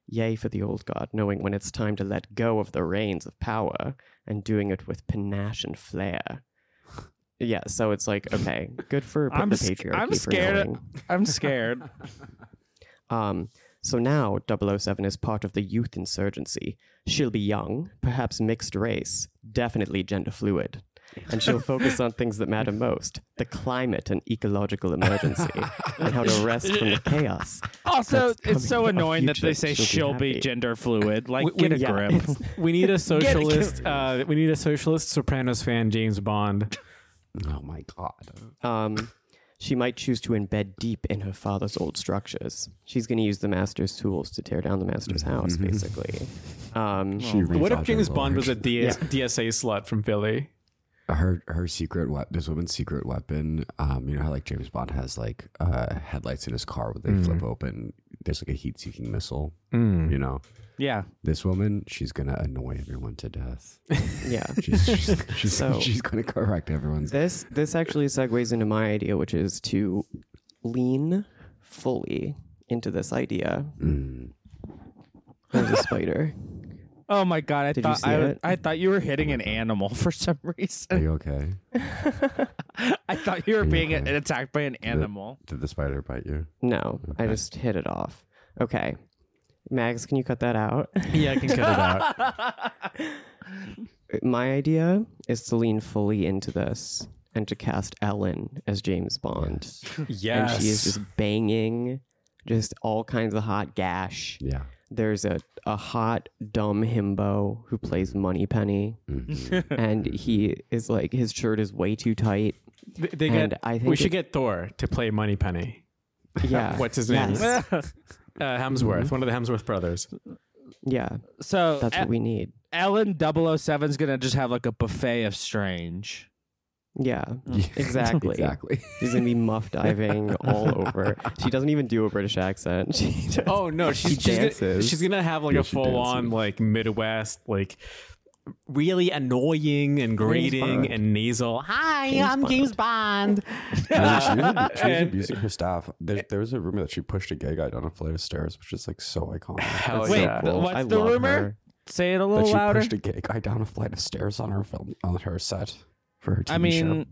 Yea for the old guard, knowing when it's time to let go of the reins of power and doing it with panache and flair. Yeah, so it's like okay, good for I'm the sc- patriarchy. I'm for scared. knowing. I'm scared. Um, so now 007 is part of the youth insurgency. She'll be young, perhaps mixed race, definitely gender fluid. And she'll focus on things that matter most the climate and ecological emergency, and how to rest from the chaos. also, That's it's so coming. Our annoying that they say future should be she'll be, happy. gender fluid. Like, We- get a we- yeah, grip. it's- We need a socialist. Uh, we need a socialist Sopranos fan, James Bond. Oh my god. Um, she might choose to embed deep in her father's old structures. She's going to use the master's tools to tear down the master's house, basically. Um, What if James Bond was a DS, DSA slut from Philly? her her secret weapon? This woman's secret weapon. Um, you know how like James Bond has like uh headlights in his car where Mm. they flip open. There's like a heat-seeking missile. You know, [LAUGHS] [LAUGHS] Yeah. this woman, she's gonna annoy everyone to death. yeah. She's [LAUGHS] she's, she's, So- she's gonna correct everyone's. This this actually segues into my idea, which is to lean fully into this idea. Mm. There's a spider. [LAUGHS] Oh my god! I Did you thought see I, it? I thought you were hitting an animal for some Are reason. [LAUGHS] you okay? I thought you were you being okay? attacked by an animal. Did the spider bite you? No, I just hit it off. Okay. Mags, can you cut that out? Yeah, [LAUGHS] I can cut it [LAUGHS] out. my idea is to lean fully into this and to cast Ellen as James Bond. Yes, And she is just banging just all kinds of hot gash. Yeah. There's a, a hot dumb himbo who plays Moneypenny. Mm-hmm. and he is like his shirt is way too tight. They- they and get- I think we should it- get Thor to play Moneypenny. Yeah. What's his name? Yes. Uh, Hemsworth, one of the Hemsworth brothers. yeah, [LAUGHS] so E- that's Uh, what we need. Ellen 007 is gonna just have like a buffet of strange. Yeah, [LAUGHS] Oh, exactly. [LAUGHS] Exactly. She's gonna be muff diving all over. She doesn't even do a British accent. [LAUGHS] She just, Oh no, she's She she's gonna, dances. she's gonna have like Yeah, a she full on dances. like Midwest like really annoying and grating Bond. and nasal. Hi, I'm James Bond. Yeah, she was, abu- she was abusing her staff. There, there was a rumor that she pushed a gay guy down a flight of stairs, which is like so iconic. Hell That's Wait, th- yeah. so cool. what's I the love rumor? her. Say it a that little she louder. pushed a gay guy down a flight of stairs on her film on her set for her TV I mean, show.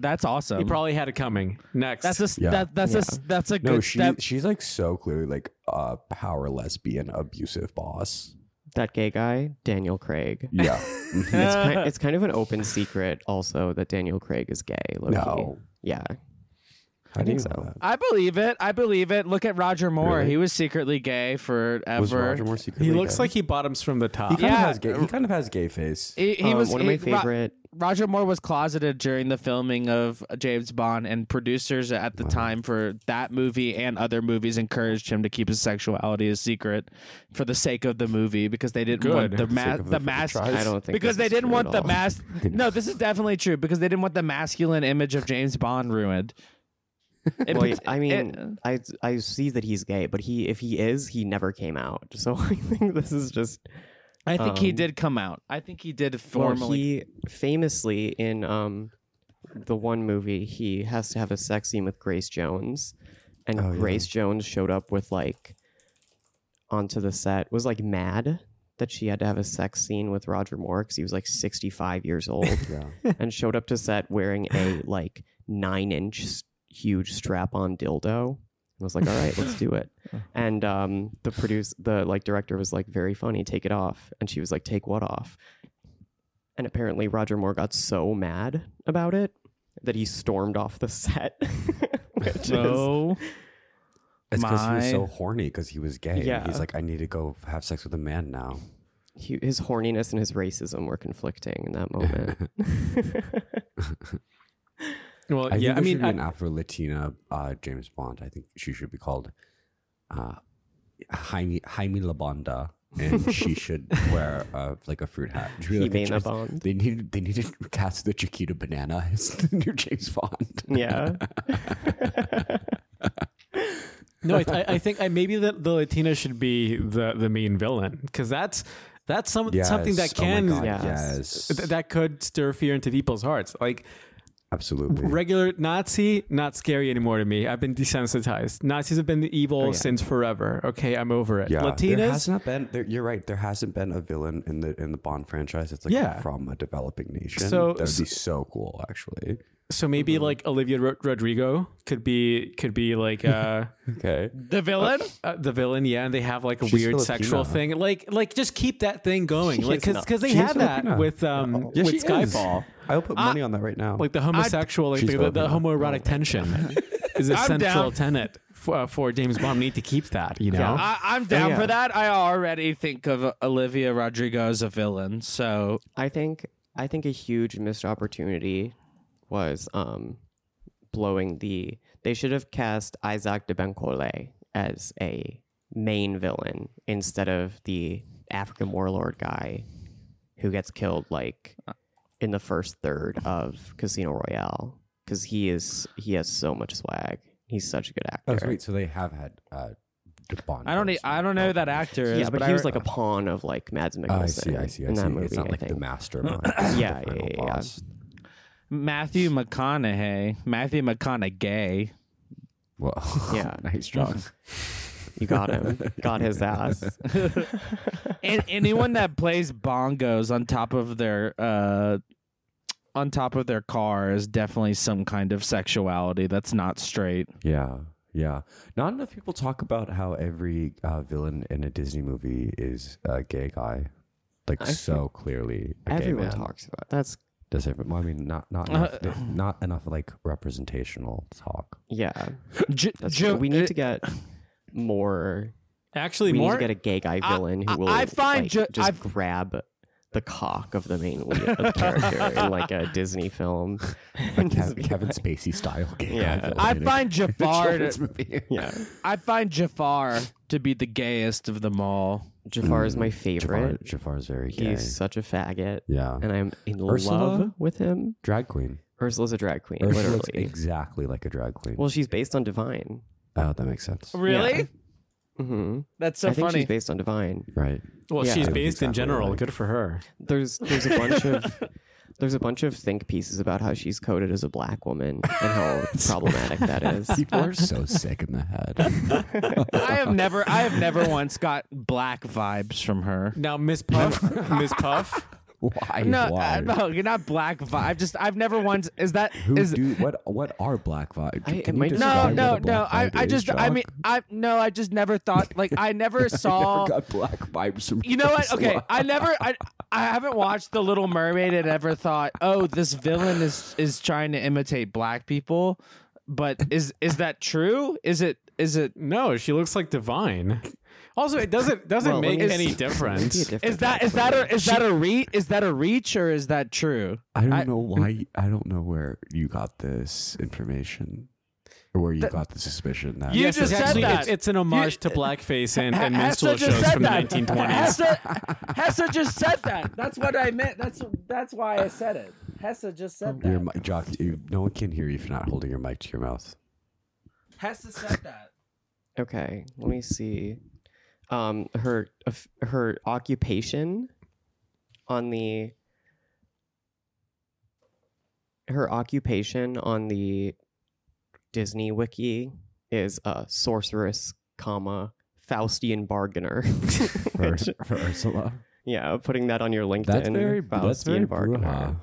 that's awesome. Um, You probably had it coming. Next, that's a s- Yeah. that, that's a s- that's a good No, she step. she's like so clearly like a power lesbian abusive boss. that gay guy, Daniel [LAUGHS] Craig. Yeah. Mm-hmm. It's kind, it's kind of an open secret, also, that Daniel Craig is gay. low-key. No. Yeah. I think think so. so. I believe it. I believe it. Look at Roger Moore. Really? He was secretly gay forever. Was Roger Moore secretly he looks gay? like he bottoms from the he top. kind Yeah. of has gay. He kind of has gay face. He, he Um, was one of my he- Ro- favorite. Roger Moore was closeted during the filming of James Bond, and producers at the time for that movie and other movies encouraged him to keep his sexuality a secret for the sake of the movie because they didn't want Good. the For the ma- sake of the, the mass franchise. I don't think because this they is didn't true at want the all. [LAUGHS] mass. No, this is definitely true because they didn't want the masculine image of James Bond [LAUGHS] ruined. It- uh, Well, I mean, it- I I see that he's gay, but he if he is, he never came out. [LAUGHS] So I think this is just I think he um, did come out. I think he did Well, formally. he famously in um the one movie, he has to have a sex scene with Grace Jones, and Grace Jones showed up with like onto the set was like mad that she had to have a sex scene with Roger Moore because he was like 65 years old, and showed up to set wearing a like nine inch s- huge strap on dildo. And was like, all right, let's do [LAUGHS] it. Uh-huh. And um, the produce, the like director was like, very funny, take it off. And she was like, take what off? And apparently Roger Moore got so mad about it that he stormed off the set. [LAUGHS] Which [LAUGHS] So It's because he was My- so horny because he was gay. Yeah. He's like, I need to go have sex with a man now. is he, his horniness and his racism were conflicting in that [LAUGHS] moment. Well, I think yeah, I there should mean, be I- an Afro Latina uh, James Bond. I think she should be called uh, Jaime Jaime Labonda, and [LAUGHS] she should wear uh, like a fruit hat. She should be like a Jaime James- Labonde. [LAUGHS] They need they need to cast the Chiquita Banana as [LAUGHS] the new James Bond. yeah. [LAUGHS] No, I, I, I think I, maybe the, the Latina should be the, the main villain because that's that's some, something Yes. that Oh my can God, Yeah. yes. th- that could stir fear into people's hearts. Like absolutely. regular Nazi, not scary anymore to me. I've been desensitized. Nazis have been evil Oh, since forever. Okay, I'm over it. yeah, there has Latinas, not been. There, you're right. There hasn't been a villain in the in the Bond franchise. It's like Yeah. from a developing nation. So- that would so- be so cool, actually. so Mm-hmm. maybe like Olivia Ro- Rodrigo could be could be [LAUGHS] like uh, Okay, the villain. uh, the villain. Yeah, and they have like a She's weird sexual Filipina. thing. Like like just keep that thing going. She like is because not. because they She is had that Filipina. with um Yeah, she with is. Skyfall. I'll put money on that right now. like the homosexual, like She's the, the, the open. [LAUGHS] homoerotic tension is a I'm central down. tenet for, uh, for James Bond. We Need to keep that, you know. I, I'm down yeah. for that. I already think of Olivia Rodrigo as a villain. So I think I think a huge missed opportunity was um blowing the they should have cast Isaac de Bencole as a main villain instead of the African warlord guy who gets killed like Uh. in the first third of Casino Royale cuz he is he has so much swag. He's such a good actor. Oh, sweet. So they have had uh, the Bond. I don't. e- villains. I don't know who that actor. Is, yeah, but, I he was re- like a pawn of like Mads Oh, Mikkelsen. I see. I see. I in see. that movie, it's not I like the think. mastermind. it's the Yeah, final yeah, yeah, yeah. boss. Matthew McConaughey. Matthew McConaughey. Well, Yeah. [LAUGHS] nice job. You got [LAUGHS] him. got his ass. [LAUGHS] and anyone that plays bongos on top of their uh on top of their car is definitely some kind of sexuality that's not straight. yeah, yeah. Not enough people talk about how every uh, villain in a Disney movie is a gay guy, like so clearly. A Everyone gay man. talks about that's Does everyone? Well, I mean, not not enough, not enough like representational talk. yeah. J- That's Joe- we need uh, to get more. Actually, We more need to get a gay guy I- villain I- who will I find like, ju- just I've- grab the cock of the main lead of the character [LAUGHS] in like a Disney film. Like Kev- Kevin Spacey style gay Yeah. guy. villain I in [LAUGHS] a find Jafar. children's To, movie. yeah, I find Jafar to be the gayest of them all. [LAUGHS] Jafar is my Jafar, [LAUGHS] favorite. Jafar's very gay. He's such a faggot, yeah, and I'm in Ursula? love with him. [LAUGHS] drag queen. Ursula's a drag queen, Ursula looks literally. exactly like a drag queen. well, she's based on Divine. oh, that makes sense. Really? hmm That's so I think funny. she's based on Divine. [LAUGHS] Right. well, yeah. she's I look based in exactly general. alike. Good for her. there's there's a bunch [LAUGHS] of there's a bunch of think pieces about how she's coded as a black woman and [LAUGHS] how problematic that is. People are so sick in the [LAUGHS] head. [LAUGHS] I have never. I have never once got black vibes from her. Now, [LAUGHS] Miss Puff, Miss Puff. Why? No, Why? uh, no, you're not black vibe. I've just. I've never once. Is that? Who is- do what? What are black vibes? I- it might just No, describe no, no. I, I just, I [LAUGHS] mean, I no, I just never thought like I never saw. got black vibes from you know [LAUGHS] what? Okay, Ursula. I never, I, I haven't watched The Little Mermaid and ever thought, oh, this villain is is trying to imitate black people. But is is that true? Is it is it No, she looks like Divine. Also, it doesn't doesn't Well, let make me- [LAUGHS] any Maybe a difference. different is that is that a is that a re is that a reach or is that true? I don't know why. I don't know where you got this information, or where you got the suspicion that You Yes, just it's said actually, that. It's, it's an homage to blackface and, and Hesse minstrel just shows said from that. the 1920s. Hessa, Hessa just said that. That's what I meant. That's that's why I said it. Hessa just said your that. mi- Jock. You, no one can hear you if you're not holding your mic to your mouth. Hessa said that. Okay, let me see. Um, her of- her occupation on the her occupation on the Disney wiki is a sorceress, comma Faustian bargainer. [LAUGHS] [LAUGHS] for, Which- [LAUGHS] for Ursula. yeah, putting that on your LinkedIn. That's very Faustian that's very bargainer. brouhaha.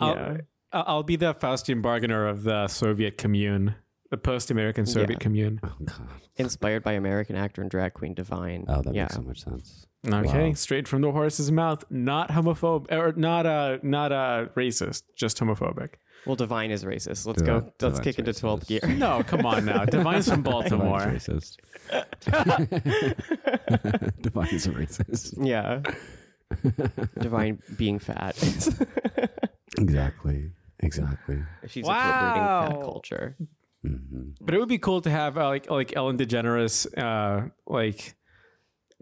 I'll, Yeah. I- I'll be the Faustian bargainer of the Soviet commune, the post-American Soviet Yeah. commune. Oh, God. Inspired by American actor and drag queen Divine. oh that yeah. makes so much sense. Okay, Wow. straight from the horse's mouth. Not homophobic or not uh not uh racist, just homophobic. Well, Divine is racist. Let's Divine- go. Let's Divine's kick into racist. twelfth gear. [LAUGHS] [LAUGHS] No, come on now. Divine's from Baltimore. Divine's [LAUGHS] racist. Divine's racist. [LAUGHS] Yeah. Divine being fat. [LAUGHS] Exactly. Exactly. She's appropriating Wow. fat [LAUGHS] culture. hmm But it would be cool to have uh, like like Ellen DeGeneres, uh, like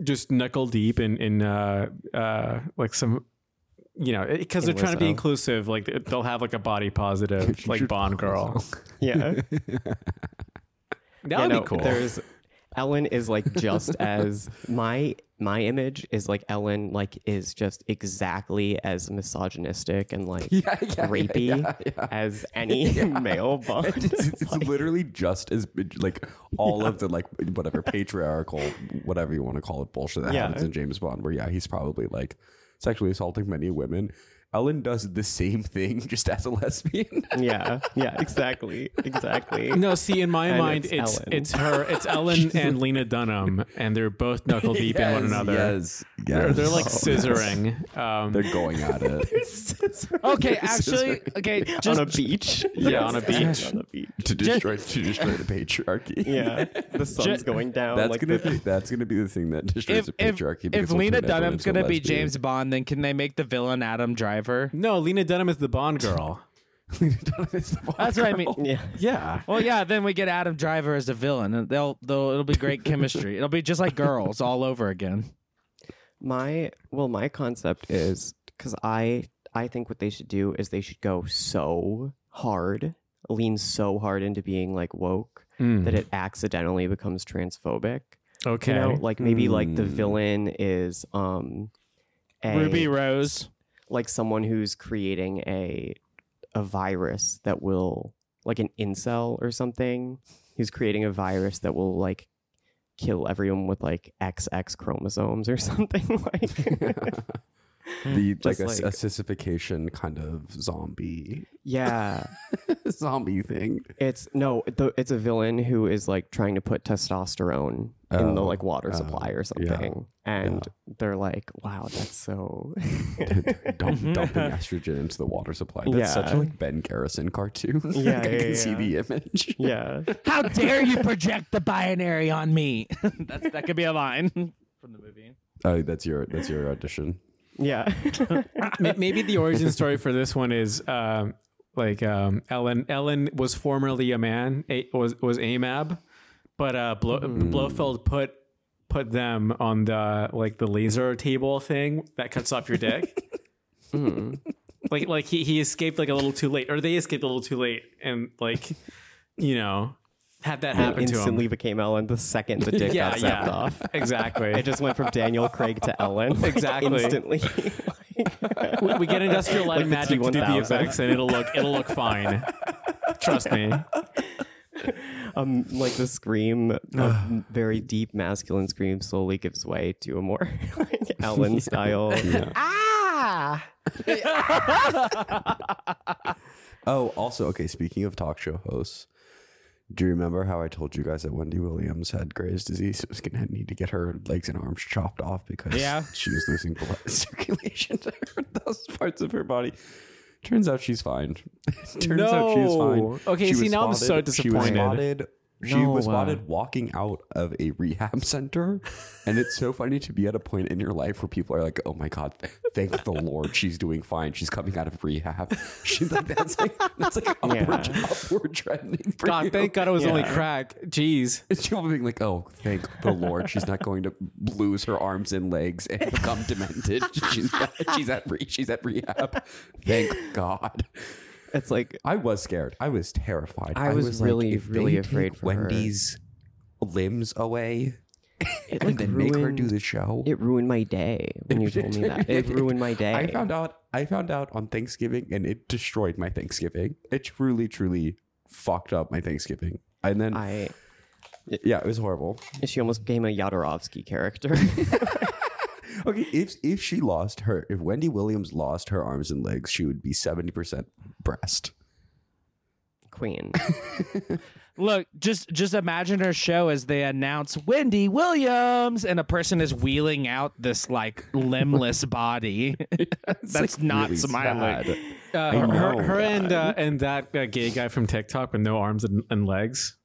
just knuckle deep in in uh, uh, like some, you know, because they're In trying to be Lizzo. inclusive. Like they'll have like a [LAUGHS] body positive, like Bond girl. Yeah. That [LAUGHS] Yeah, would no, be cool. There's Ellen is like [LAUGHS] just as my my image is like Ellen like is just exactly as misogynistic and like [LAUGHS] Yeah, yeah, yeah, rapey yeah, yeah. [LAUGHS] as any male bond. It's, it's- it's literally just as like all of the like whatever patriarchal whatever you want to call it bullshit that Yeah. happens in James Bond where yeah he's probably like sexually assaulting many women. Ellen does the same thing [LAUGHS] just as a lesbian. yeah, yeah, exactly, exactly. no, see, in [LAUGHS] my And mind, it's it's Ellen. it's, her, [LAUGHS] it's Ellen and Lena Dunham, and they're both knuckle deep in one another. Yes, They're, they're Oh, like yes. scissoring. Um, They're going at [LAUGHS] it. Okay, actually, okay, on just a [LAUGHS] beach. yeah, on a [LAUGHS] beach. on a beach. to destroy to destroy the [LAUGHS] patriarchy. Yeah, the sun's going [LAUGHS] down. That's like gonna the- be that's gonna be the thing that destroys if the if, patriarchy. because if we'll Lena turn everyone Dunham's into a gonna be lesbian. [LAUGHS] James Bond, then can they make the villain Adam Driver? no, Lena Dunham is the Bond girl. Lena Dunham is the That's what I mean. [LAUGHS] yeah, Yeah. Well, yeah, then we get Adam Driver as the villain, and they'll they'll it'll be great chemistry. It'll be just like girls all over again. my well, my concept is because I I think what they should do is they should go so hard, lean so hard into being like woke Mm. that it accidentally becomes transphobic. Okay. You know, like maybe like the Mm. villain is um a, Ruby Rose. like someone who's creating a a virus that will like an incel or something who's creating a virus that will like kill everyone with like XX chromosomes or [LAUGHS] something [LAUGHS] like [LAUGHS] the like, Just a, like- a sissification kind of zombie [LAUGHS] yeah zombie thing. it's no the, it's a villain who is like trying to put testosterone in the Oh, like water oh, supply or something and they're like wow that's [LAUGHS] so [LAUGHS] Dump, dumping estrogen into the water supply. That's such Yeah. a like Ben Garrison cartoon. Yeah, Like, [LAUGHS] I yeah, can yeah, see yeah. the image. yeah How dare you project the binary on me? [LAUGHS] That's, that could be a line from the movie. Oh, that's your that's your audition. yeah Ma- maybe the origin story for this one is um, like um, Ellen. Ellen was formerly a man. A, was was AMAB, but uh, Blo- Hmm. Blofeld put put them on the like the laser table thing that cuts off your dick. [LAUGHS] Like like he he escaped like a little too late, or they escaped a little too late, and like you know had that happen to instantly him. became Ellen the second [LAUGHS] the dick Yeah, got snapped yeah, off. [LAUGHS] exactly. It just went from Daniel Craig to Ellen [LAUGHS] like, Exactly. instantly. we, we get industrial light Like and the magic to do the T1000. effects, and it'll look it'll look fine. Trust me. um, like the scream, a very deep masculine scream, slowly gives way to a more [LAUGHS] like Ellen style. Oh, also, okay, speaking of talk show hosts, do you remember how I told you guys that Wendy Williams had Graves' disease? It was going to need to get her legs and arms chopped off because Yeah. she was losing blood [LAUGHS] circulation to her, those parts of her body. Turns out she's fine. [LAUGHS] Turns out she's No. fine. Okay, She see, was now I'm so disappointed. She was spotted. She was No, uh, spotted walking out of a rehab [LAUGHS] center, and it's so funny to be at a point in your life where people are like, "Oh my god, thank the Lord, she's doing fine. She's coming out of rehab." [LAUGHS] She, like, that's like that's [LAUGHS] like upward, upward trending. For God, you. Ah, thank God it was only crack. Jeez. It's people being like, "Oh, thank the Lord, she's not going to lose her arms and legs and become demented. [LAUGHS] She's she's at re- she's at rehab. Thank God." It's like I was scared. I was terrified. I was really, if they really take afraid for her. Wendy's limbs away. It and like then ruined, make her do the show. It ruined my day when you told me [LAUGHS] that. It ruined my day. I found out. I found out on Thanksgiving, and it destroyed my Thanksgiving. It truly, truly fucked up my Thanksgiving. And then, I yeah, it was horrible. she almost became a Yadorovsky character. Okay, if if she lost her, if Wendy Williams lost her arms and legs, she would be seventy percent breast. Queen. Look, just just imagine her show as they announce Wendy Williams, and a person is wheeling out this like [LAUGHS] limbless body [LAUGHS] that's like, not really smiling. sad. Uh, I her know her, her that. and uh, and that uh, gay guy from TikTok with no arms and, and legs,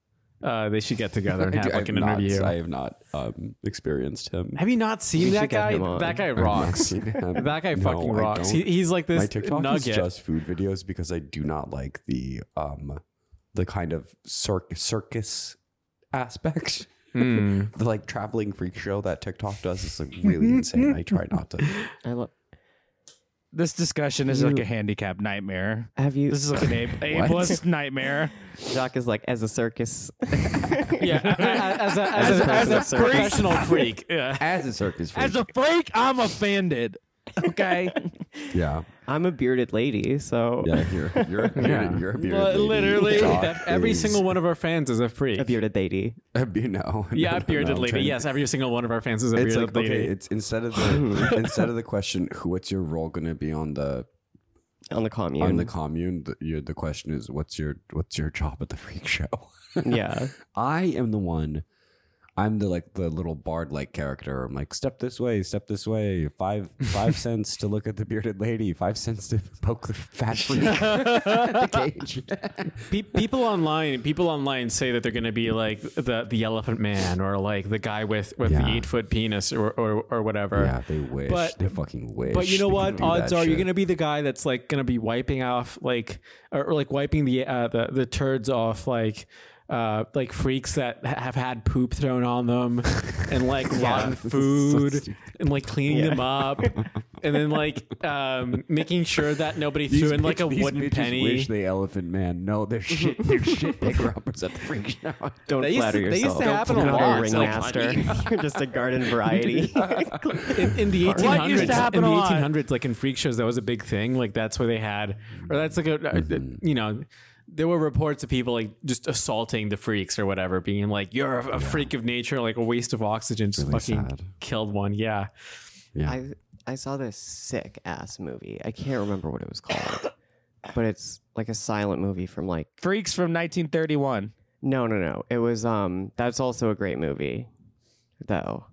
uh, they should get together [LAUGHS] and I have do- I like have an not- interview. I have not um, experienced him. Have you not seen We that should get guy? him on. That guy I've not rocks. seen him. [LAUGHS] That guy No, fucking I rocks. don't. He, he's like this My TikTok nugget. is just food videos because I do not like the um the kind of cir- circus aspect. Mm. [LAUGHS] The like traveling freak show that TikTok does is like really insane. I try not to. I love. This discussion is like a handicap nightmare. Have you? This is like an ab- [LAUGHS] ableist nightmare. Jacques is like as a circus. [LAUGHS] Yeah, [LAUGHS] [LAUGHS] as a, As as a a, as a professional professional freak. Yeah. As a circus freak. As a freak, I'm offended. [LAUGHS] Okay, yeah. I'm a bearded lady, so Yeah, you're you're you're, Yeah. you're a bearded Li- lady. literally. Doc Ev- Every is- single one of our fans is a freak. a bearded lady. you know. yeah, no, [LAUGHS] a no, bearded I'm lady. trying to- Yes, every single one of our fans is a It's bearded like lady. okay, it's instead of the [LAUGHS] instead of the question, who what's your role going to be on the on the commune. on the commune? The, you the question is what's your what's your job at the freak show? [LAUGHS] yeah, I am the one. I'm the like the little bard like character. I'm like step this way, step this way. Five [LAUGHS] five cents to look at the bearded lady. Five cents to poke the [LAUGHS] fat freak. [LAUGHS] the cage. [LAUGHS] Pe- people online, people online say that they're going to be like the the elephant man or like the guy with with the Yeah. eight foot penis or, or or whatever. Yeah, they wish. But- they fucking wish. But you know they could what? do Odds that are shit. you're gonna be the guy that's like gonna be wiping off like or, or, like wiping the uh, the the turds off like uh like freaks that ha- have had poop thrown [LAUGHS] on them and like rotten food and like cleaning them up and then like um making sure that nobody threw in like a bitch- these wooden bitches penny. Wish they elephant man. No, [LAUGHS] they're shit. They're shit. They robbers at the freak show. don't They used flatter to- they used yourself. to Don't happen a flatter lot. [LAUGHS] Ringmaster, you're just a [LAUGHS] garden variety. in, in the 1800s What used to happen in a the lot? 1800s like in freak shows that was a big thing like that's where they had or that's like a uh, Mm-hmm. you know there were reports of people like just assaulting the freaks or whatever being like you're a, a freak of nature like a waste of oxygen just fucking sad. killed one yeah Yeah. I I saw this sick ass movie. I can't remember what it was called, but it's like a silent movie from like freaks from 1931. no no no. It was um that's also a great movie, though.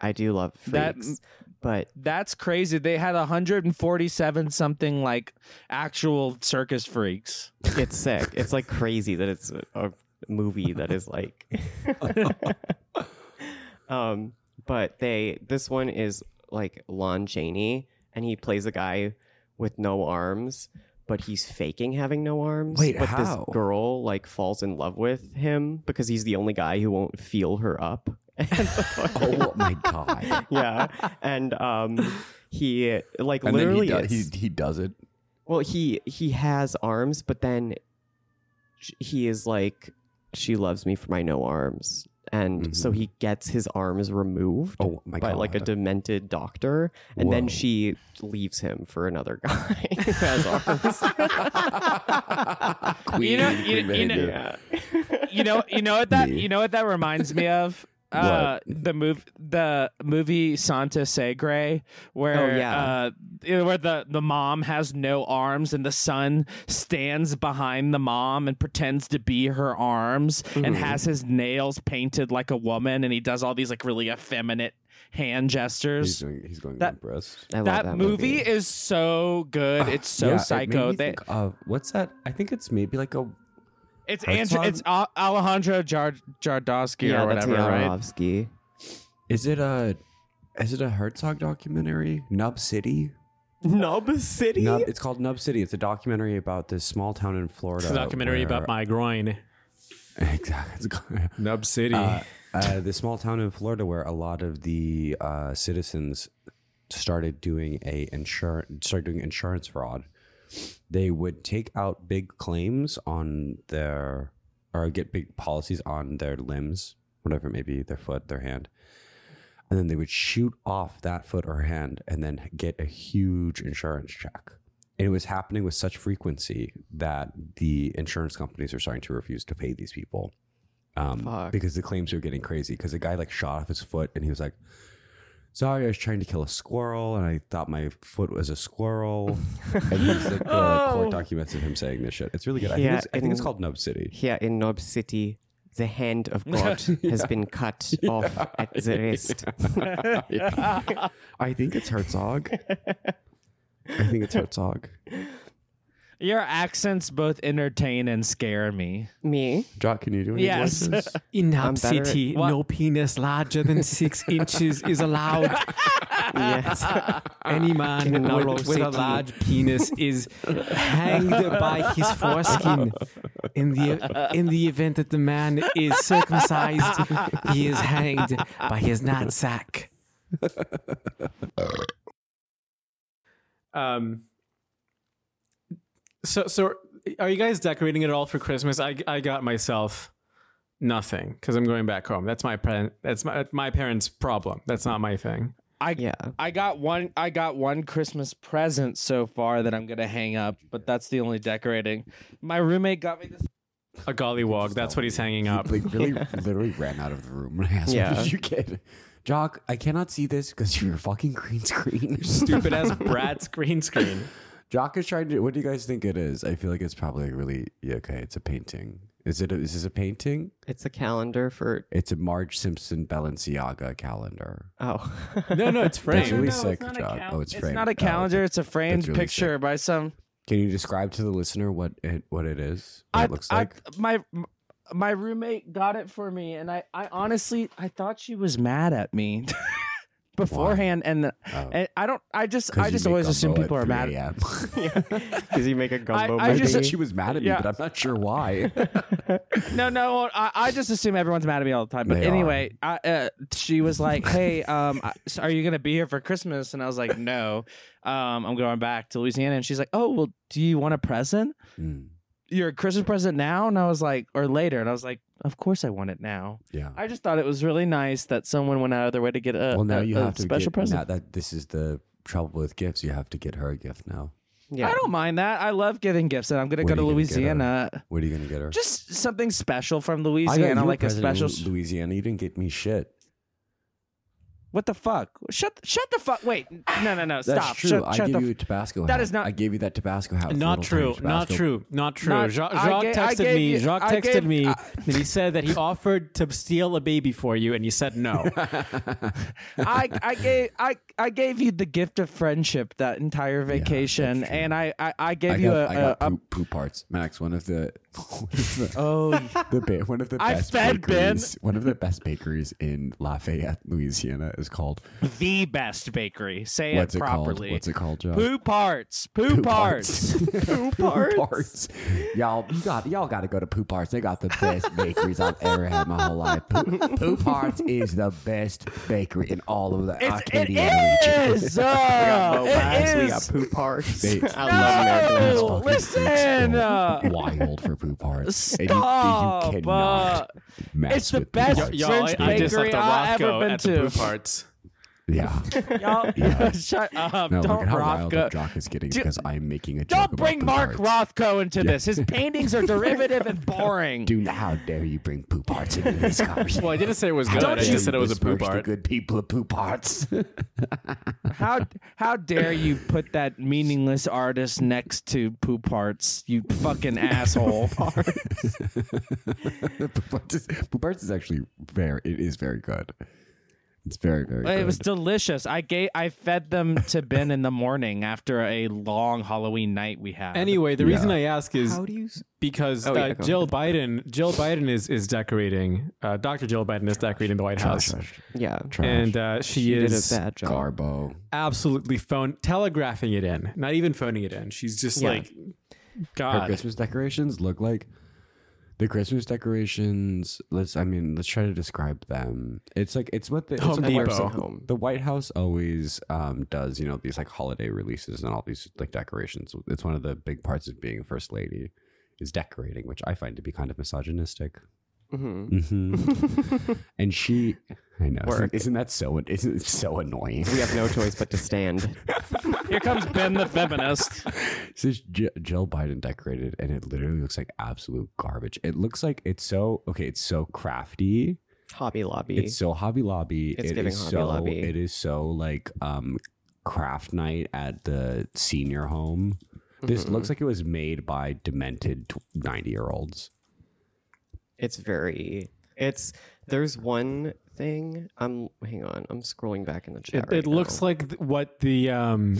I do love That- freaks, but That's crazy. They had 147 something like actual circus freaks. it's sick. It's like crazy that it's a, a movie that is like. [LAUGHS] um, but they this one is like Lon Chaney, and he plays a guy with no arms, but he's faking having no arms. Wait, but how? this girl like falls in love with him because he's the only guy who won't feel her up. [LAUGHS] [LAUGHS] oh my [LAUGHS] god. yeah, and um, he like And then he, literally does, is- he he does it. Well, he he has arms, but then sh- he is like, she loves me for my no arms, and so he gets his arms removed Mm-hmm. Oh my by god. like a demented doctor, and Whoa. then she leaves him for another guy [LAUGHS] who [LAUGHS] has arms. queen. You know- you- queen you know- behavior. yeah, You know, you know what that Me. you know what that reminds me [LAUGHS] of. Uh, the move, the movie Santa Segre, where Oh, yeah. uh, you know, where the, the mom has no arms and the son stands behind the mom and pretends to be her arms Mm-hmm. and has his nails painted like a woman and he does all these like really effeminate hand He's gestures. going. He's going That- impressed. I love that, that, movie, is so good. It's [SIGHS] so psycho. It made me They- think of- what's that? I think it's maybe like a. it's Herzog? Andrew, it's Al- Alejandro Jar- Jardowski yeah, or that's whatever, right? Yarovsky. Is it a? Is it a Herzog documentary? Nub City. Nub City. Nub, it's called Nub City. It's a documentary about this small town in Florida. it's a documentary about where- my groin [LAUGHS] Exactly. It's- nub city uh, uh, the small town in Florida where a lot of the uh, citizens started doing a insurance started doing insurance fraud. They would take out big claims on their or get big policies on their limbs, whatever it may be, their foot, their hand, and then they would shoot off that foot or hand and then get a huge insurance check. And it was happening with such frequency that the insurance companies are starting to refuse to pay these people um, Fuck. because the claims are getting crazy. Because the guy like shot off his foot and he was like, "Sorry, I was trying to kill a squirrel and I thought my foot was a [LAUGHS] squirrel." and he's like the court documents of him saying this shit. It's really good. I, Oh. Yeah, think it's, I think it's and- called Nub City. Here in Knob City, the [LAUGHS] hand of God has been cut off at the wrist. I think it's Herzog. I think it's Herzog. Your accents both entertain and scare me. [LAUGHS] Me? Jock, can you do any Yes. voices? In I'm better at- City, What? no penis larger [LAUGHS] than six inches is allowed. Yes. [LAUGHS] Any man In a with, with city. a large penis is hanged by his foreskin. In the in the event that the man is circumcised, he is hanged by his knapsack. um. So so, are you guys decorating it all for Christmas? I I got myself nothing because I'm going back home. That's my parent. That's my my parents' problem. That's not my thing. I Yeah. [LAUGHS] I got one I got one Christmas present so far that I'm gonna hang up, but that's the only decorating. My roommate got me this A gollywog. That's what he's [LAUGHS] hanging up. Like [LAUGHS] really, literally ran out of the room when I asked, Yeah. "What did you get?" Jock, I cannot see this because you're fucking green screen. [LAUGHS] Stupid ass [LAUGHS] Brat's green screen. Jock is trying to. What do you guys think it is? I feel like it's probably a really yeah, okay. It's a painting. Is it? A, is this a painting? It's a calendar for. It's a Marge Simpson Balenciaga calendar. Oh. [LAUGHS] No, no, it's That's framed. really No, sick, it's not a Jock. cal- oh, it's it's framed. not Oh, a okay. calendar, it's a framed That's really picture by some Can you describe to the listener what it what it is? What it looks like. my my roommate got it for me, and I, I honestly I thought she was mad at me [LAUGHS] beforehand, and, Oh. and I don't I just 'Cause I you just make always assume gumbo people at are mad. 3 at a.m. [LAUGHS] [LAUGHS] Does he make a gumbo I I just- just movie? she was mad at me, Yeah. but I'm not [LAUGHS] sure why. No, no, I, I just assume everyone's mad at me all the time. But They are. anyway, I, uh, she was like, "Hey, um, I- so are you gonna be here for Christmas?" And I was like, "No, um, I'm going back to Louisiana." And she's like, "Oh, well, do you want a present? Mm, Your Christmas present now?" And I was like, "Or later?" And I was like, "Of course, I want it now." yeah. I just thought it was really nice that someone went out of their way to get a, well, now a- you a have to uh, special get, present. Now that this is the trouble with gifts, you have to get her a gift now. yeah. I don't mind that. I love giving gifts, and I'm gonna What go are to you gonna get her? Louisiana. What are you gonna get her? Just something special from I got Louisiana, you like a present in special. Lu- Louisiana. You didn't get me shit. what the fuck? Shut! Shut the fuck! Wait, no, no, no! Stop! That's true. Shut, I shut gave the you a Tabasco. That hat. is not- I gave you that Tabasco house. Not true, not true, not true. Not- Jacques, I Jacques gave- I texted gave me. you- Jacques I texted gave- uh, me I- that he said that he offered to steal a baby for you, and you [LAUGHS] said no. [LAUGHS] I, I gave I, I gave you the gift of friendship that entire vacation, true. and I, I, I gave I you got, a, I a, got poo, poo parts. Max, one of the, [LAUGHS] one of the [LAUGHS] oh the ba- one of the I best fed Ben. bakeries, one of the best bakeries in Lafayette, Louisiana, is called the best bakery. Say what's it it properly. called? What's it called, Joe? Poo parts. Poo, parts. Poo parts. Y'all, you got y'all got to go to Poo Parts. They got the [LAUGHS] best bakeries I've ever had in my whole life. Poo, Poo Parts is the best bakery in all of the [LAUGHS] It's, it Acadiana region. [LAUGHS] is. uh, Bo Bags, it we is. [LAUGHS] got Poo Parks. They- I No! love These fucking listen, things go [LAUGHS] uh, wild for Poo Parts. And you- Stop. you, uh, cannot mess it's the with Poo best Parts. Y'all, I- I just left a I've ever Rothko been at the to. poo parts. Yeah. y'all, [LAUGHS] Yeah. [LAUGHS] shut up. No, look don't at how wild Rothko. that Jock is getting Do- because I'm making a joke. Don't about bring Poo Mark Parts. Rothko into this. [LAUGHS] His paintings are derivative and boring. Do not, how dare you bring Poo Parts into this conversation? Well, I didn't say it was How good. I dare you just said it was a poo besmirch The part. good people of Poo [LAUGHS] Parts. How how dare you put that meaningless artist next to Poo Parts, you [LAUGHS] fucking asshole. Poo Parts is, Poo Parts is actually very. It is very good. It's very very. It good. was delicious. I gave I fed them to Ben in the morning after a long Halloween night we had. Anyway, the reason I ask is How do you? s- because Oh, yeah, uh, go Jill Biden, Jill Biden is is decorating. Uh, Dr. Jill Biden is decorating the White House, Yeah. and uh, she, You did a is bad job. Garbo. absolutely phone telegraphing it in. Not even phoning it in. She's just Yeah. like, Her God, Christmas decorations look like the Christmas decorations. Let's. I mean, let's try to describe them. It's like it's what the it's Home what the White Depot. House- The White House always um, does, you know, these like holiday releases and all these like decorations. It's one of the big parts of being a first lady is decorating, which I find to be kind of misogynistic. Mm-hmm. [LAUGHS] and she, I know, Work. isn't, isn't that so? Isn't it so annoying? [LAUGHS] We have no choice but to stand. Here comes Ben the feminist. So it's J- Jill Biden decorated, and it literally looks like absolute garbage. It looks like it's so okay. It's so crafty. Hobby Lobby. It's so Hobby Lobby. It's It giving is Hobby so, Lobby. It is so like um craft night at the senior home. This Mm-hmm. looks like it was made by demented ninety year olds. It's very. It's there's one thing. I'm hang on. I'm scrolling back in the chat. [LAUGHS] It, it looks like th- what the um,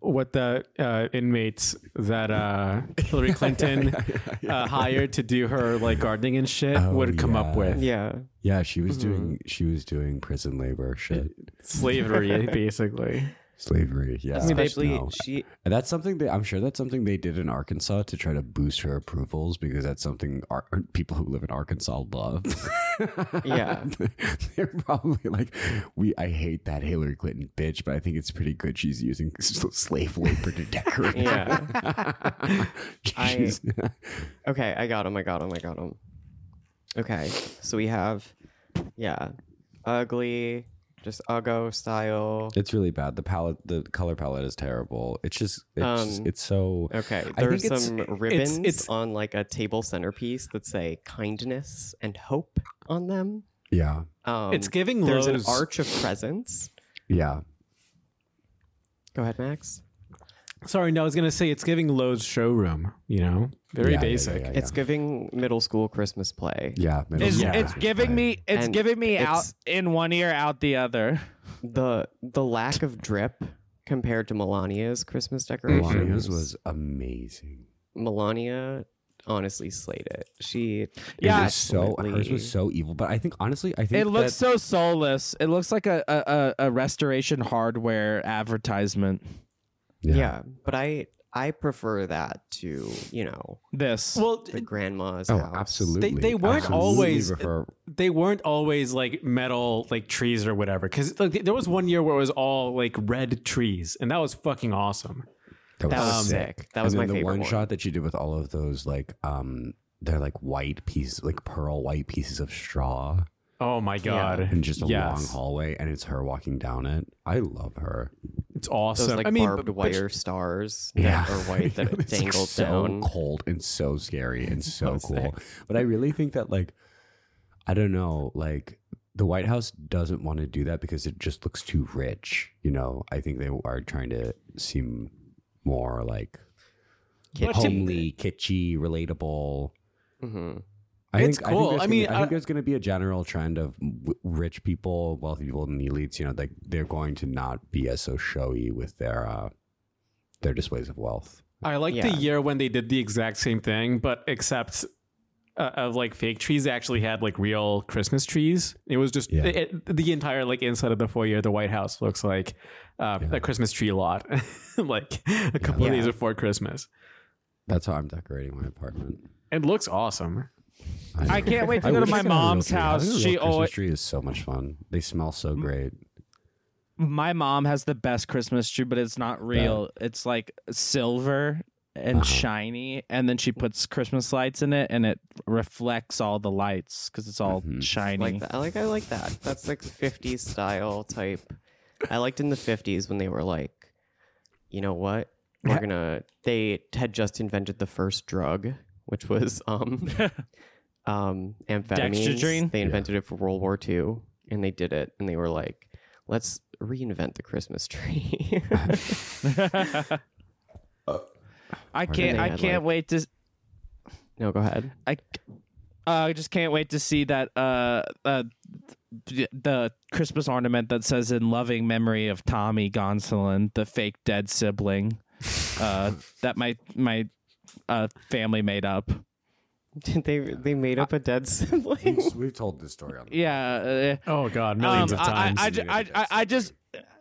what the uh, inmates that uh, [LAUGHS] Hillary Clinton uh, hired to do her like gardening and shit Oh, would come up yeah. with Yeah. Yeah, she was Mm-hmm. doing she was doing prison labor shit, [LAUGHS] slavery, basically. slavery. Yeah, Especially No. [LAUGHS] she. And that's something that I'm sure that's something they did in Arkansas to try to boost her approvals because that's something our, people who live in Arkansas love. Yeah. [LAUGHS] They're probably like, we. I hate that Hillary Clinton bitch, but I think it's pretty good she's using s- slave labor to decorate. Yeah. [LAUGHS] [LAUGHS] I- [LAUGHS] She's- Okay. I got him. I got him. I got him. Okay. So we have, yeah, ugly, just uggo style. it's really bad. The palette, the color palette is terrible. It's just, it's, just, Um, it's so. Okay. I There's think it's- some it's- ribbons it's- on like a table centerpiece that say kindness and hope on them. Yeah, Um, It's giving there's Lowe's- an arch of presence. yeah. Go ahead, Max. Sorry, no, I was gonna say it's giving Lowe's showroom. You know, very Yeah, yeah, basic. yeah, yeah. It's giving middle school Christmas play. Yeah, middle It's, school it's Christmas giving play. me it's And giving me out it's- in one ear, out the other. The the lack of drip compared to Melania's Christmas decorations. Melania's was amazing. Melania honestly slayed it. She Yeah. it was so hers absolutely- was so evil. But I think honestly, I think It looks that- so soulless. It looks like a, a, a a restoration hardware advertisement. yeah. but I I prefer that to, you know, This. Well, the grandma's Oh, house. absolutely. They- they weren't Absolutely always- refer- they weren't always like metal like trees or whatever because like, there was one year where it was all like red trees and that was fucking awesome that That was Um, sick. That And was then my the favorite one, one. shot that she did with all of those like um they're like white pieces, like pearl white pieces of straw, oh my god and just a Yes. long hallway, and it's her walking down it. I love her. it's Those awesome like i mean barbed but- but wire stars Yeah. that are white that [LAUGHS] It's, like, dangled so down. cold and so [LAUGHS] scary and so So cool. But I really think that like I don't know, like the White House doesn't want to do that because it just looks too rich. You know, I think they are trying to seem more like But to- homely, kitschy, relatable. Mhm. I It's think, I, think there's cool. I gonna- mean, I I- think there's going to be a general trend of w- rich people, wealthy people, and the elites. You know, like they're going to not be as so showy with their uh, their displays of wealth. i like the Yeah. year when they did the exact same thing but except uh, of like fake trees they actually had like real christmas trees it was just Yeah. it, it- the entire like inside of the foyer of the white house looks like uh, Yeah. a christmas tree lot [LAUGHS] like a couple of Yeah. days before christmas That's how I'm decorating my apartment. it looks awesome I know. can't wait to I go to wish I my had a real mom's tree. Having a house. real She Mm. Christmas always tree is so much fun. They smell so great. my mom has the best Christmas tree, but it's not real. It's like silver and Uh-huh. shiny, and then she puts Christmas lights in it, and it reflects all the lights because it's all Mm-hmm. shiny. Like that. I like I like that. That's like 50s style type. I liked in the 50s when they were like, you know what? We're gonna they had just invented the first drug, which was [LAUGHS] um um amphetamines. Dexedrine? They invented it for World War II and they did it and they were like, let's reinvent the Christmas [LAUGHS] tree. [LAUGHS] I can't. they I had, can't like- wait to. no, go ahead. [LAUGHS] I. c- uh, I just can't wait to see that. Uh, uh, th- the Christmas ornament that says "In loving memory of Tommy Gonsolin, the fake dead sibling," uh, that my my uh family made up. Did they they made up a dead sibling? [LAUGHS] We've told this story on. Yeah. Uh, oh god um, millions of I, times I, I, ju- I, I, I just.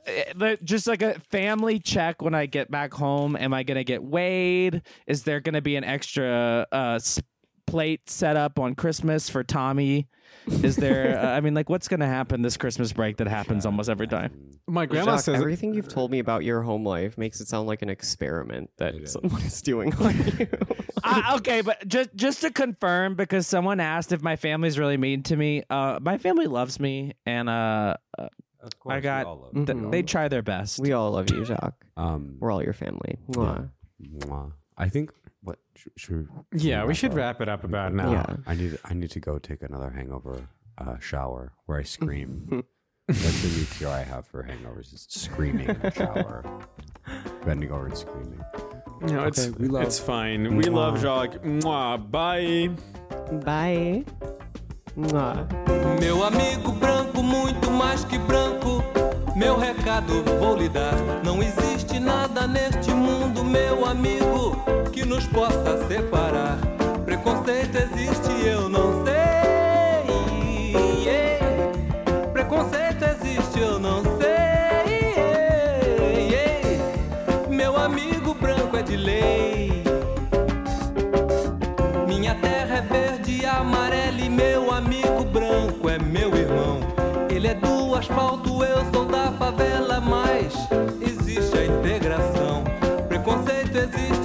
eh, the- Just like a family check when I get back home. Am I gonna get weighed? Is there gonna be an extra uh, s- plate set up on Christmas for Tommy? Is [LAUGHS] there? uh, I mean, like, what's going to happen this Christmas break that happens almost every time? My grandma Jacques, says everything you've told me about your home life makes it sound like an experiment that someone is doing on [LAUGHS] you. I, Ah, okay, but just just to confirm, because someone asked if my family's really mean to me. Uh, my family loves me, and uh, uh, Of course, I got. th- Mm-hmm. they try their best. we all love you, Jacques. Um, We're all your family. Mwah. mwah. I think what sh- should Yeah, we should up? wrap it up about now. Yeah. I need I need to go take another hangover uh, shower where I scream. That's the new cure I have for hangovers is screaming in the shower, bending over and screaming. No, it's Okay, we love- it's fine. We love Jacques. Mwah. Bye. Bye. Mwah. Meu amigo branco, muito mais que branco, meu recado vou lhe dar. Não existe nada neste mundo, meu amigo, que nos possa separar. Preconceito existe, eu não sei. yeah. Preconceito existe, eu não sei. yeah. Meu amigo branco é de lei. Minha terra é verde e amarela e meu amigo branco é meu irmão. Ele é do asfalto, eu sou da favela, mas existe a integração. Preconceito existe, é é é